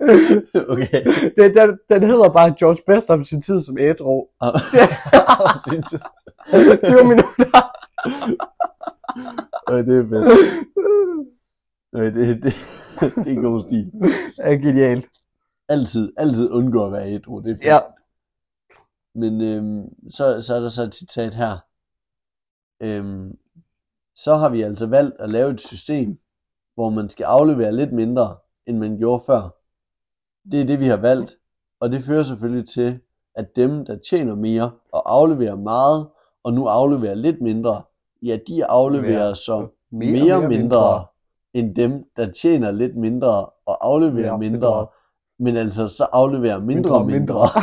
Speaker 1: okay.
Speaker 2: Det, den, den hedder bare George Best om sin tid som ædru.
Speaker 1: Ah.
Speaker 2: Det var minutter.
Speaker 1: okay, det er fedt. Okay, det, det, det er god stil.
Speaker 2: Det er genialt.
Speaker 1: Altid, altid undgå at være ædru. Det er fedt.
Speaker 2: Ja.
Speaker 1: Men øhm, så, så er der så et citat her. Øhm, så har vi altså valgt at lave et system, hvor man skal aflevere lidt mindre, end man gjorde før. Det er det, vi har valgt, og det fører selvfølgelig til, at dem, der tjener mere og afleverer meget, og nu afleverer lidt mindre, ja, de afleverer
Speaker 2: Mere-
Speaker 1: så
Speaker 2: mere-
Speaker 1: mere, mere
Speaker 2: mere
Speaker 1: mindre,
Speaker 2: mindre.
Speaker 1: mindre, end dem, der tjener lidt mindre og afleverer
Speaker 2: Mere
Speaker 1: mindre,
Speaker 2: mindre.
Speaker 1: mindre, men altså så afleverer mindre
Speaker 2: Mindre og
Speaker 1: og
Speaker 2: mindre.
Speaker 1: mindre.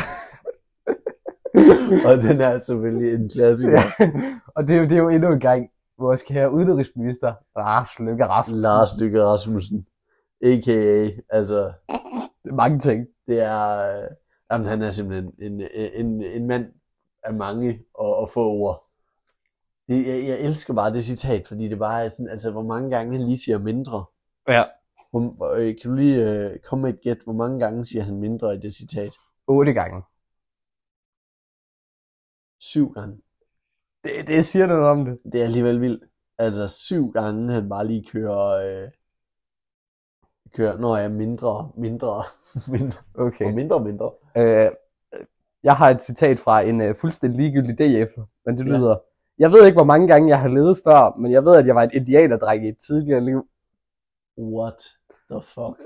Speaker 1: og den er selvfølgelig en klassiker.
Speaker 2: Ja. Og det er, jo, det er jo endnu en gang vores kære udenrigsminister, Lars Løkke Rasmussen.
Speaker 1: Lars Lykke Rasmussen, a.k.a. Altså,
Speaker 2: Det er mange ting.
Speaker 1: det er... øh, Jamen, han er simpelthen en, øh, en, en mand af mange og, og få ord. Det- Jeg, jeg elsker bare det citat, fordi det bare er sådan, altså hvor mange gange han lige siger mindre.
Speaker 2: Ja.
Speaker 1: Hvor, hvor- øh, kan du lige øh, komme med et gæt, hvor mange gange siger han mindre i det citat?
Speaker 2: Otte gange.
Speaker 1: Syv gange.
Speaker 2: Det, det siger noget om det.
Speaker 1: Det er alligevel vildt. Altså syv gange, han bare lige kører... Øh, kører, når jeg mindre, mindre, mindre,
Speaker 2: Okay.
Speaker 1: og mindre, mindre.
Speaker 2: Øh, jeg har et citat fra en øh, fuldstændig ligegyldig DF'er, men det
Speaker 1: Ja.
Speaker 2: lyder... Jeg ved ikke, hvor mange gange jeg har levet før, men jeg ved, at jeg var et indianerdreng i et tidligere liv.
Speaker 1: What the fuck?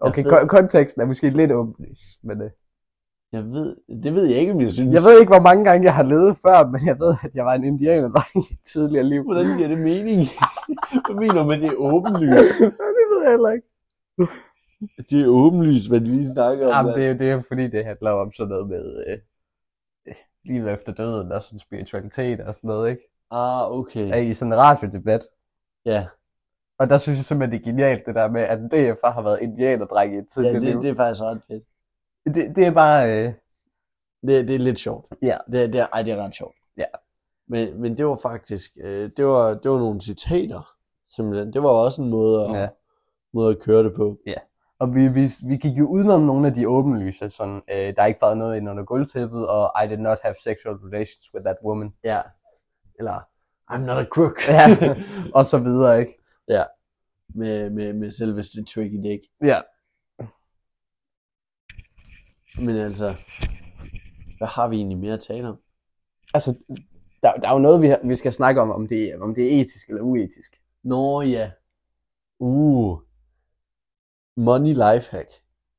Speaker 2: Okay,
Speaker 1: ved-
Speaker 2: ko- konteksten er måske lidt åbenlys, men øh,
Speaker 1: jeg ved, det ved jeg ikke, om jeg synes.
Speaker 2: jeg ved ikke, hvor mange gange jeg har levet før, men jeg ved, at jeg var en indianerdreng i et tidligere liv.
Speaker 1: hvordan giver det mening. Hvad mener du med, det er åbenlyst?
Speaker 2: det ved jeg heller ikke.
Speaker 1: Det er åbenlyst, hvad de lige snakker om.
Speaker 2: Jamen,
Speaker 1: mand.
Speaker 2: det, er jo- det er jo fordi, det handler om sådan noget med øh, øh, livet efter døden og sådan spiritualitet og sådan noget, ikke?
Speaker 1: Ah, okay.
Speaker 2: Er I sådan en radiodebat?
Speaker 1: Ja,
Speaker 2: Og der synes jeg simpelthen, det er genialt, det der med, at en DF'er har været indianerdreng i et
Speaker 1: ja
Speaker 2: tidligere liv.
Speaker 1: det, det er faktisk ret fedt.
Speaker 2: Det, det er bare... Øh...
Speaker 1: Det, det er lidt sjovt.
Speaker 2: Ja.
Speaker 1: Det, er- det, er, ej, det er ret sjovt.
Speaker 2: Ja.
Speaker 1: Men, men det var faktisk, øh, det, var, det var nogle citater, simpelthen. Det var også en måde at,
Speaker 2: Ja.
Speaker 1: ja. måde at køre det på.
Speaker 2: Og vi, vi, vi gik jo udenom nogle af de åbenlyse, sådan, øh, der er ikke været noget ind under gulvtæppet, og I did not have sexual relations with that woman,
Speaker 1: Ja. Eller, I'm not a crook.
Speaker 2: Ja. og så videre, ikke?
Speaker 1: med, med, med selveste Tricky Dick.
Speaker 2: Ja.
Speaker 1: Men altså, hvad har vi egentlig mere at tale om?
Speaker 2: Altså, der, der er jo noget, vi, har, vi skal snakke om, om det, er- om det er etisk eller uetisk.
Speaker 1: Nå ja. Uh. Money Lifehack.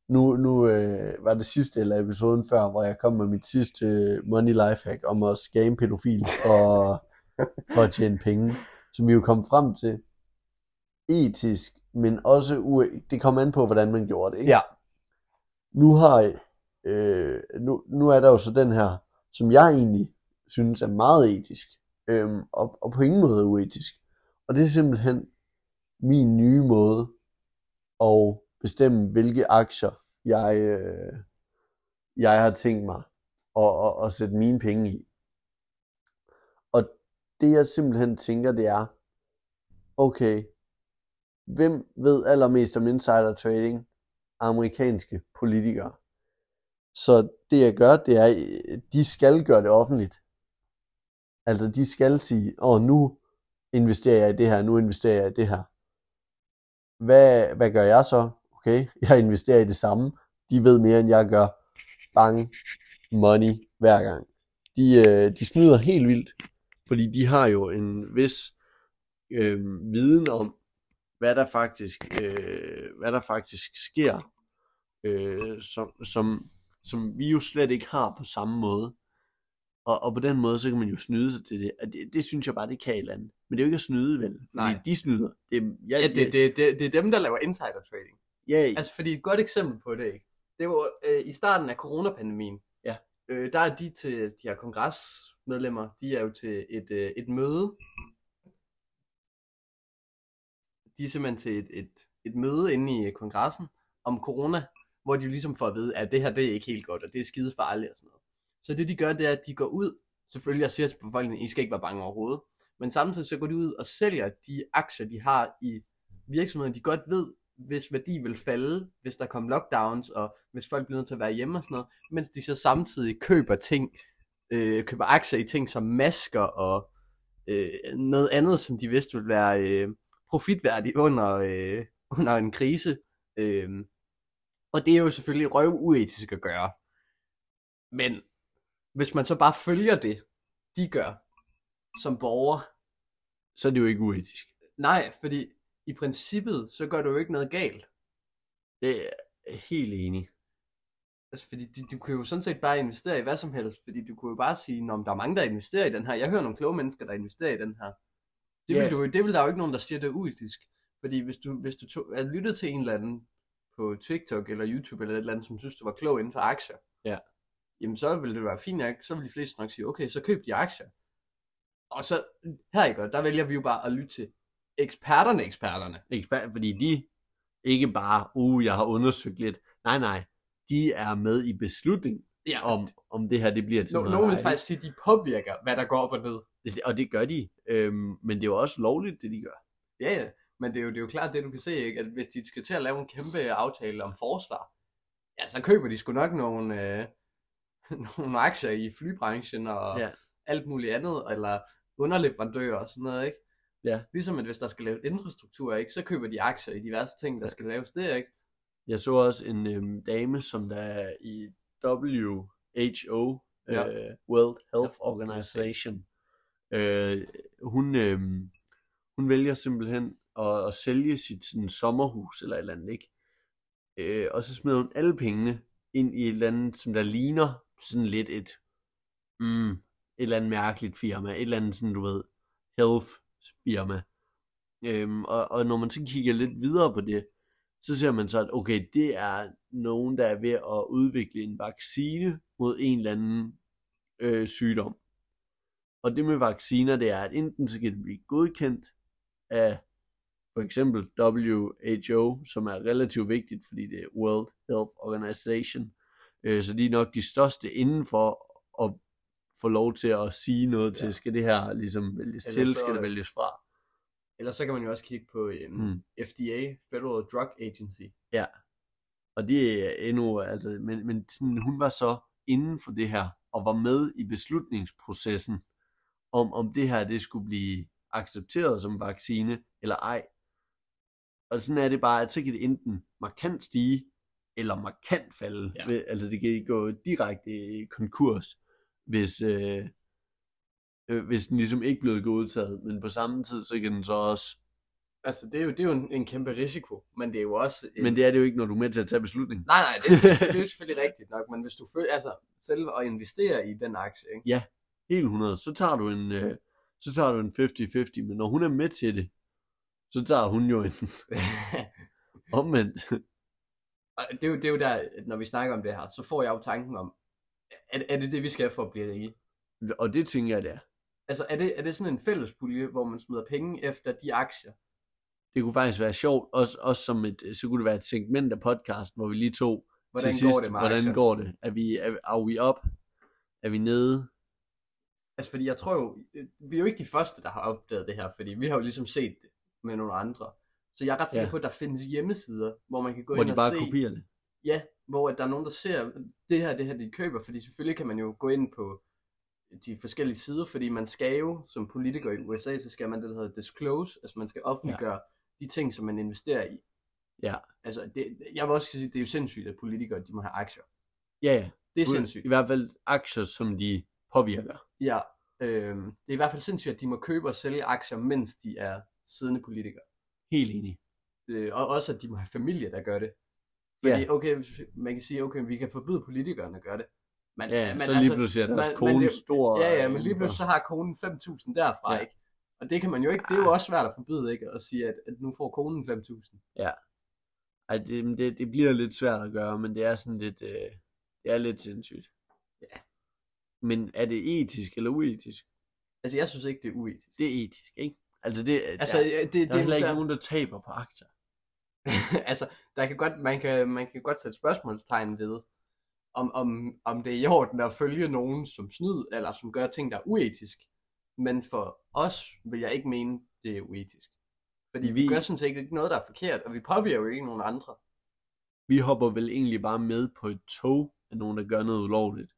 Speaker 1: Nu, nu øh, var det sidste eller episoden før, hvor jeg kom med mit sidste øh, Money Lifehack om at skamme pædofil og for at tjene penge, som vi jo kom frem til. Etisk, men også ue- det kom an på, hvordan man gjorde det. Ikke?
Speaker 2: Ja.
Speaker 1: Nu har øh, nu, nu er der jo så den her, som jeg egentlig synes er meget etisk, øhm, og, og på ingen måde uetisk. Og det er simpelthen min nye måde at bestemme, hvilke aktier jeg, øh, jeg har tænkt mig at, at, at sætte mine penge i. Og det jeg simpelthen tænker, det er, okay, hvem ved allermest om insider trading? Amerikanske politikere. Så det jeg gør, det er, øh, de skal gøre det offentligt. Altså de skal sige, åh nu investerer jeg i det her, nu investerer jeg i det her. Hvad, hvad gør jeg så? Okay, jeg investerer i det samme. De ved mere end jeg gør. Bang, money hver gang. De, øh, de snyder helt vildt, fordi de har jo en vis øh, viden om, hvad der faktisk, øh, hvad der faktisk sker, øh, som, som, som vi jo slet ikke har på samme måde. Og, og på den måde, så kan man jo snyde sig til det. Og det, det synes jeg bare, det kan et eller andet. Men det er jo ikke at snyde, vel? Fordi
Speaker 2: Nej.
Speaker 1: de snyder. Det, er- jeg,
Speaker 2: Ja, det, det, det, det er dem, der laver insider trading.
Speaker 1: Ja,
Speaker 2: Altså, fordi et godt eksempel på det, ikke? Det var øh, i starten af coronapandemien.
Speaker 1: Ja.
Speaker 2: Øh, der er de til, de her kongresmedlemmer, de er jo til et, øh, et møde. De er simpelthen til et, et, et møde inde i øh, kongressen om corona, hvor de jo ligesom får at vide, at det her, det er ikke helt godt, og det er skide farligt og sådan noget. Så det de gør, det er, at de går ud, selvfølgelig og siger til befolkningen, I skal ikke være bange overhovedet, men samtidig så går de ud og sælger de aktier, de har i virksomheder, de godt ved, hvis værdi vil falde, hvis der kom lockdowns, og hvis folk bliver nødt til at være hjemme og sådan noget, mens de så samtidig køber ting, øh, køber aktier i ting som masker og øh, noget andet, som de vidste ville være øh, profitværdigt under, øh, under en krise. Øh, og det er jo selvfølgelig røvuetisk at gøre. Men hvis man så bare følger det, de gør som borger,
Speaker 1: så er det jo ikke uetisk.
Speaker 2: nej, fordi i princippet, så gør du jo ikke noget galt.
Speaker 1: Det er jeg helt enig.
Speaker 2: Altså, fordi du, du kan jo sådan set bare investere i hvad som helst, fordi du kunne jo bare sige, om der er mange, der investerer i den her. Jeg hører nogle kloge mennesker, der investerer i den her. Det vil,
Speaker 1: Ja.
Speaker 2: du, jo- det vil der jo ikke nogen, der siger, det er uetisk. Fordi hvis du, hvis du tog, er lyttet til en eller anden på TikTok eller YouTube eller et eller andet, som synes, du var klog inden for aktier,
Speaker 1: Ja.
Speaker 2: jamen så ville det være fint nok, så ville de fleste nok sige, okay, så køb de aktier. Og så, her i går, der vælger vi jo bare at lytte til eksperterne, eksperterne.
Speaker 1: Ekspert, fordi de ikke bare, uh, jeg har undersøgt lidt. Nej, nej, de er med i beslutningen
Speaker 2: Ja,
Speaker 1: om, om det her det bliver til
Speaker 2: No,
Speaker 1: noget.
Speaker 2: nogen
Speaker 1: eller
Speaker 2: vil
Speaker 1: ej.
Speaker 2: faktisk sige, at de påvirker, hvad der går op og ned.
Speaker 1: Det- Og det gør de. Øhm, men det er jo også lovligt, det de gør.
Speaker 2: Ja, ja. Men det er, jo, det er jo klart det, du kan se, ikke? at hvis de skal til at lave en kæmpe aftale om forsvar, ja, så køber de sgu nok nogle, øh, nogle aktier i flybranchen og
Speaker 1: Ja.
Speaker 2: ja. alt muligt andet, eller underleverandører og sådan noget, ikke?
Speaker 1: Ja.
Speaker 2: Ligesom at hvis der skal laves infrastruktur, ikke, så køber de aktier i diverse ting, der ja. skal laves der, ikke?
Speaker 1: Jeg så også en øhm, dame, som der er i WHO,
Speaker 2: Ja.
Speaker 1: øh, World Health Organization. Øh, hun, øhm, hun vælger simpelthen at, at sælge sit sådan, sommerhus eller et eller andet, ikke? Øh, og så smider hun alle pengene ind i et eller andet, som der ligner sådan lidt et, mm, et eller andet mærkeligt firma, et eller andet sådan, du ved, health firma. Øhm, og, og når man så kigger lidt videre på det, så ser man så, at okay, det er nogen, der er ved at udvikle en vaccine mod en eller anden øh, sygdom. Og det med vacciner, det er, at enten så kan det blive godkendt af for eksempel WHO, som er relativt vigtigt, fordi det er World Health Organization, øh, så de er nok de største inden for at få lov til at sige noget ja.
Speaker 2: Ja.
Speaker 1: til, skal det her ligesom vælges
Speaker 2: Ellers
Speaker 1: til,
Speaker 2: så-
Speaker 1: skal det vælges fra.
Speaker 2: Ellers så kan man jo også kigge på øh,
Speaker 1: Mm.
Speaker 2: mm. FDA, Federal Drug Agency.
Speaker 1: Og det er endnu, altså, men, men sådan, hun var så inden for det her, og var med i beslutningsprocessen, om om det her, det skulle blive accepteret som vaccine, eller ej. Og sådan er det bare, at så kan det enten markant stige, eller markant falde.
Speaker 2: Ja.
Speaker 1: Ja. Altså det kan gå direkte i konkurs, hvis, øh, øh, hvis den ligesom ikke blev godtaget, men på samme tid, så kan den så også,
Speaker 2: Altså, det er jo, det er jo en, en kæmpe risiko, men det er jo også... En,
Speaker 1: men det er det jo ikke, når du er med til at tage beslutningen.
Speaker 2: Nej, nej, det, det, det er jo selvfølgelig rigtigt nok, men hvis du føler, altså, selv at investere i den aktie, ikke?
Speaker 1: helt 100, så tager du en, øh, så tager du en 50-50, men når hun er med til det, så tager hun jo en omvendt.
Speaker 2: Og det, er jo, det er jo der, at når vi snakker om det her, så får jeg jo tanken om, er, er det det, vi skal for at blive rige?
Speaker 1: Og det tænker jeg, det er.
Speaker 2: Altså, er det, er det sådan en fællespulje, hvor man smider penge efter de aktier?
Speaker 1: Det kunne faktisk være sjovt, også, også som et, så kunne det være et segment af podcasten, hvor vi lige tog
Speaker 2: Hvordan
Speaker 1: til
Speaker 2: går
Speaker 1: sidst,
Speaker 2: det med
Speaker 1: hvordan
Speaker 2: aktier?
Speaker 1: går det? Er vi, er, er vi op? Er vi nede?
Speaker 2: Altså, fordi jeg tror jo, øh, vi er jo ikke de første, der har opdaget det her, fordi vi har jo ligesom set det med nogle andre. Så jeg er ret sikker
Speaker 1: Ja.
Speaker 2: på, at der findes hjemmesider, hvor man kan gå
Speaker 1: Hvor
Speaker 2: ind
Speaker 1: de
Speaker 2: og
Speaker 1: bare
Speaker 2: se...
Speaker 1: kopierer det.
Speaker 2: Ja, hvor at der er nogen, der ser det her, det her, de køber, fordi selvfølgelig kan man jo gå ind på de forskellige sider, fordi man skal jo, som politiker i USA, så skal man det, der hedder disclose, altså man skal offentliggøre ja. de ting, som man investerer i.
Speaker 1: Ja.
Speaker 2: Altså, det, jeg vil også sige, det er jo sindssygt, at politikere, de må have aktier.
Speaker 1: Ja, ja.
Speaker 2: Det er
Speaker 1: I
Speaker 2: sindssygt.
Speaker 1: hvert fald aktier, som de påvirker.
Speaker 2: Ja, øh, det er i hvert fald sindssygt, at de må købe og sælge aktier, mens de er siddende politikere.
Speaker 1: Helt enig.
Speaker 2: Øh, og også, at de må have familie, der gør det.
Speaker 1: Ja,
Speaker 2: Fordi, okay, hvis- man kan sige, okay, vi kan forbyde politikerne at gøre det. Men,
Speaker 1: ja
Speaker 2: men altså,
Speaker 1: så lige pludselig er deres
Speaker 2: men- men
Speaker 1: kone
Speaker 2: det-
Speaker 1: stor.
Speaker 2: Ja, ja,
Speaker 1: øh,
Speaker 2: men lige pludselig så har konen 5.000 derfra,
Speaker 1: Ja.
Speaker 2: ja. ikke? Og det kan man jo ikke, det er jo også svært at forbyde, ikke? At sige, at, at nu får konen 5.000.
Speaker 1: Ej, det, det, det bliver lidt svært at gøre, men det er sådan lidt, øh, det er lidt sindssygt.
Speaker 2: Ja.
Speaker 1: Men er det etisk eller uetisk?
Speaker 2: Altså, jeg synes ikke, det er uetisk.
Speaker 1: Det er etisk, ikke? Altså, det,
Speaker 2: Altså,
Speaker 1: altså, der,
Speaker 2: ja, det, det,
Speaker 1: der er heller ikke
Speaker 2: der,
Speaker 1: nogen, der taber på aktier.
Speaker 2: altså, der kan godt, man, kan, man kan godt sætte spørgsmålstegn ved, om, om, om det er i orden at følge nogen som snyd, eller som gør ting, der er uetisk. Men for os vil jeg ikke mene, det er uetisk. Fordi vi,
Speaker 1: Vi-
Speaker 2: vi gør sådan set ikke noget, der er forkert, og vi påvirker jo ikke nogen andre.
Speaker 1: Vi hopper vel egentlig bare med på et tog af nogen, der gør noget ulovligt.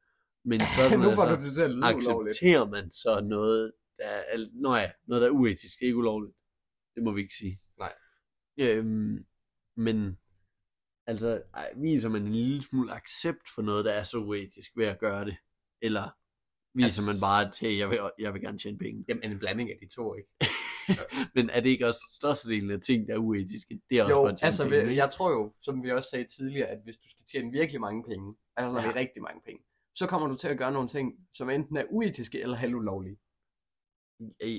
Speaker 1: Men spørgsmålet
Speaker 2: nu
Speaker 1: er
Speaker 2: får
Speaker 1: så,
Speaker 2: du det til at lyde ulovligt.
Speaker 1: accepterer man så noget, der er, al- nå ja, noget, der er uetisk, ikke ulovligt? Det må vi ikke sige.
Speaker 2: Nej.
Speaker 1: Øhm, men altså, ej, viser man en lille smule accept for noget, der er så uetisk ved at gøre det? Eller viser
Speaker 2: Altså-
Speaker 1: man bare, at hey, jeg vil, jeg vil gerne tjene penge?
Speaker 2: Jamen en blanding af de to, ikke?
Speaker 1: Men er det ikke også størstedelen af ting, der er uetiske? Det er også for
Speaker 2: Jo,
Speaker 1: at tjene
Speaker 2: altså
Speaker 1: penge,
Speaker 2: ved-
Speaker 1: ikke?
Speaker 2: jeg tror jo, som vi også sagde tidligere, at hvis du skal tjene virkelig mange penge, altså ja.
Speaker 1: Ja.
Speaker 2: rigtig mange penge, så kommer du til at gøre nogle ting, som enten er uetiske eller halvulovlige.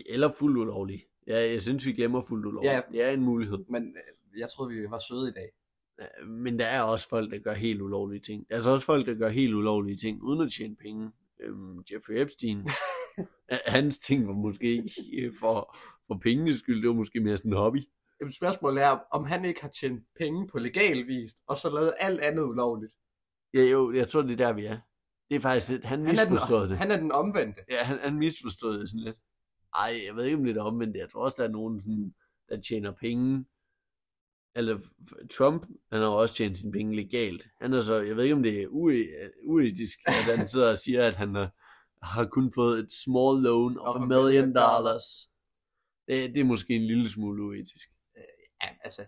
Speaker 1: Eller fuldt ulovlig. Ja, jeg synes, vi glemmer fuldt ulovligt.
Speaker 2: Ja.
Speaker 1: Det er en mulighed.
Speaker 2: Men øh, jeg troede, vi var søde i dag.
Speaker 1: Øh, Men der er også folk, der gør helt ulovlige ting. Der er altså også folk, der gør helt ulovlige ting, uden at tjene penge. Øhm, Jeffrey Epstein, h- hans ting var måske ikke øh, for, for pengenes skyld, det var måske mere sådan en hobby.
Speaker 2: Jamen, spørgsmålet er, om han ikke har tjent penge på legal vis, og så lavet alt andet ulovligt.
Speaker 1: Ja, jo, jeg tror, det er der, vi er. Det er faktisk lidt, han
Speaker 2: Han er
Speaker 1: misforstod
Speaker 2: den,
Speaker 1: det.
Speaker 2: han er den omvendte.
Speaker 1: Ja, han, han misforstod det sådan lidt. Ej, jeg ved ikke, om det er omvendt. Jeg tror også, der er nogen, sådan, der tjener penge. Eller f- Trump, han har jo også tjent sine penge legalt. Han er så, jeg ved ikke, om det er ue- uetisk, at han sidder og siger, at han har, har kun fået et small loan
Speaker 2: Og
Speaker 1: of a
Speaker 2: for
Speaker 1: million
Speaker 2: million dollars.
Speaker 1: dollars. Det, det er måske en lille smule uetisk.
Speaker 2: Ja, altså,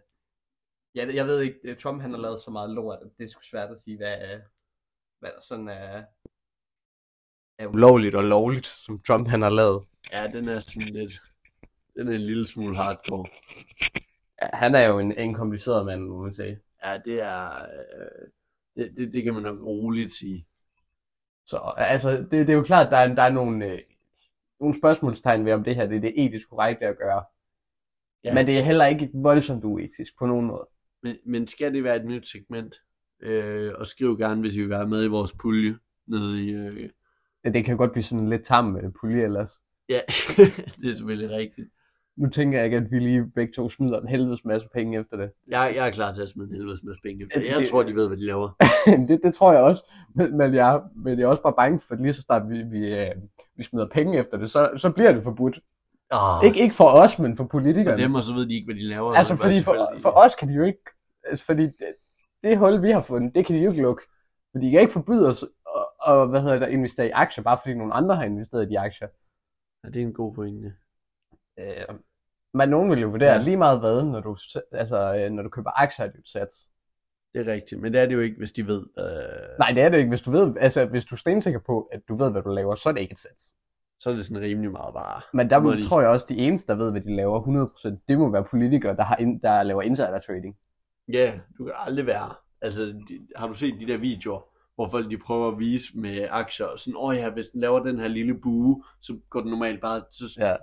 Speaker 2: jeg, jeg ved ikke, øh, Trump han har lavet så meget lort, at det er sgu svært at sige, hvad, øh, hvad der sådan er, er ulovligt og lovligt, som Trump han har lavet.
Speaker 1: Ja, den er sådan lidt... Den er en lille smule hardcore.
Speaker 2: Ja, han er jo en, en kompliceret mand, må man sige.
Speaker 1: Ja, det er... Øh, det, det, det kan man nok roligt sige.
Speaker 2: Så altså, det, det er jo klart, at der er, der er nogle, øh, nogle spørgsmålstegn ved, om det her det er det etisk korrekte at gøre.
Speaker 1: Ja.
Speaker 2: Ja. Men det er heller ikke voldsomt uetisk på nogen måde.
Speaker 1: Men, men skal det være et nyt segment? Øh, og skriv gerne, hvis I vil være med i vores pulje nede i... Øh...
Speaker 2: Ja, Det kan godt blive sådan lidt tam øh, pulje ellers.
Speaker 1: Ja, det er selvfølgelig rigtigt.
Speaker 2: Nu tænker jeg ikke, at vi lige begge to smider en helvedes masse penge efter det.
Speaker 1: Jeg, jeg er klar til at smide en helvedes masse penge. efter. Jeg
Speaker 2: Det-
Speaker 1: tror, de ved, hvad de laver.
Speaker 2: det, det tror jeg også, men, men, jeg, men jeg er også bare bange for, at lige så snart vi, vi, øh, vi smider penge efter det, så, så bliver det forbudt.
Speaker 1: Oh,
Speaker 2: Ikke, ikke for os, men for
Speaker 1: for
Speaker 2: politikerne.
Speaker 1: dem, og så ved de ikke, hvad de laver.
Speaker 2: altså,
Speaker 1: Det er bare
Speaker 2: fordi for,
Speaker 1: tilfældigt.
Speaker 2: for os kan de jo ikke... Altså, fordi det, det hul, vi har fundet, det kan de jo ikke lukke. Fordi de kan ikke forbyde os at, at hvad hedder det, at investere i aktier, bare fordi nogle andre har investeret i de aktier.
Speaker 1: Ja, det er en god pointe.
Speaker 2: Øh, men nogen vil jo vurdere,
Speaker 1: Ja.
Speaker 2: ja. lige meget hvad, når du, s- altså, øh, når du køber aktier, er det jo et sats.
Speaker 1: Det er rigtigt, men det er det jo ikke, hvis de ved. Øh,
Speaker 2: Nej, det er det ikke. Hvis du, ved, altså, hvis du er stensikker på, at du ved, hvad du laver, så er det ikke et sats.
Speaker 1: så er det sådan rimelig meget bare.
Speaker 2: Men der
Speaker 1: Må
Speaker 2: må,
Speaker 1: de-
Speaker 2: tror jeg også, de eneste, der ved, hvad de laver 100%, det må være politikere, der, har ind, der laver insider trading.
Speaker 1: Ja, yeah, du kan aldrig være. Altså, de, har du set de der videoer, hvor folk de prøver at vise med aktier, og sådan, åh oh ja, hvis den laver den her lille bue, så går den normalt bare, så
Speaker 2: Ja.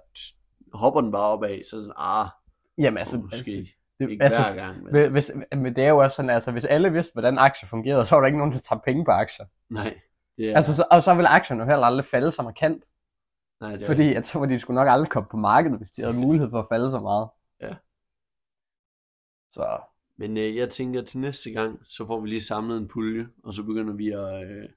Speaker 1: hopper den bare opad, så sådan, ah,
Speaker 2: Jamen
Speaker 1: altså,
Speaker 2: altså,
Speaker 1: måske
Speaker 2: det,
Speaker 1: ikke
Speaker 2: altså,
Speaker 1: hver gang. Men,
Speaker 2: Hvis, hvis, men det er jo også sådan, altså hvis alle vidste, hvordan aktier fungerede, så var der ikke nogen, der tabte penge på aktier.
Speaker 1: nej, det
Speaker 2: Ja.
Speaker 1: er,
Speaker 2: Altså, så, og så ville aktierne jo heller aldrig falde så markant,
Speaker 1: nej, det
Speaker 2: ja.
Speaker 1: er
Speaker 2: fordi
Speaker 1: rigtigt.
Speaker 2: at så var de sgu nok aldrig kommet på markedet, hvis de havde mulighed for at falde så meget.
Speaker 1: Ja.
Speaker 2: Så
Speaker 1: Men øh, jeg tænker, til næste gang, så får vi lige samlet en pulje, og så begynder vi at, øh,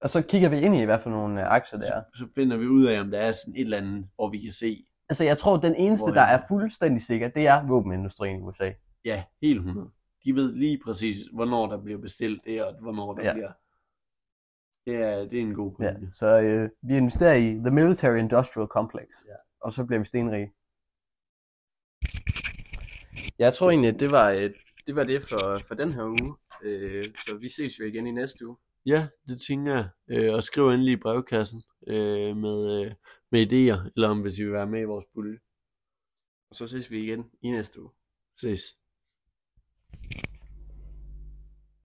Speaker 2: og så kigger vi ind i, hvad for nogle øh, aktier det er.
Speaker 1: så, så finder vi ud af, om der er sådan et eller andet, hvor vi kan se,
Speaker 2: Altså, jeg tror, den eneste,
Speaker 1: Hvor er
Speaker 2: der
Speaker 1: det?
Speaker 2: er fuldstændig sikker, det er våbenindustrien i USA.
Speaker 1: ja, helt 100. De ved lige præcis, hvornår der bliver bestilt det, og hvornår der ja.
Speaker 2: Ja.
Speaker 1: bliver... Det er, det er en god
Speaker 2: Ja.
Speaker 1: pointe.
Speaker 2: Så øh, vi investerer i The Military Industrial Complex,
Speaker 1: Ja.
Speaker 2: ja. og så bliver vi stenrige. Jeg tror egentlig, det var, øh, det, var det for, for den her uge. Øh, så vi ses jo igen i næste uge.
Speaker 1: Ja, det tænker jeg. Øh, og skriv endelig i brevkassen øh, med, øh, med idéer, eller om hvis I vil være med i vores pulje.
Speaker 2: Og så ses vi igen i næste uge.
Speaker 1: Ses.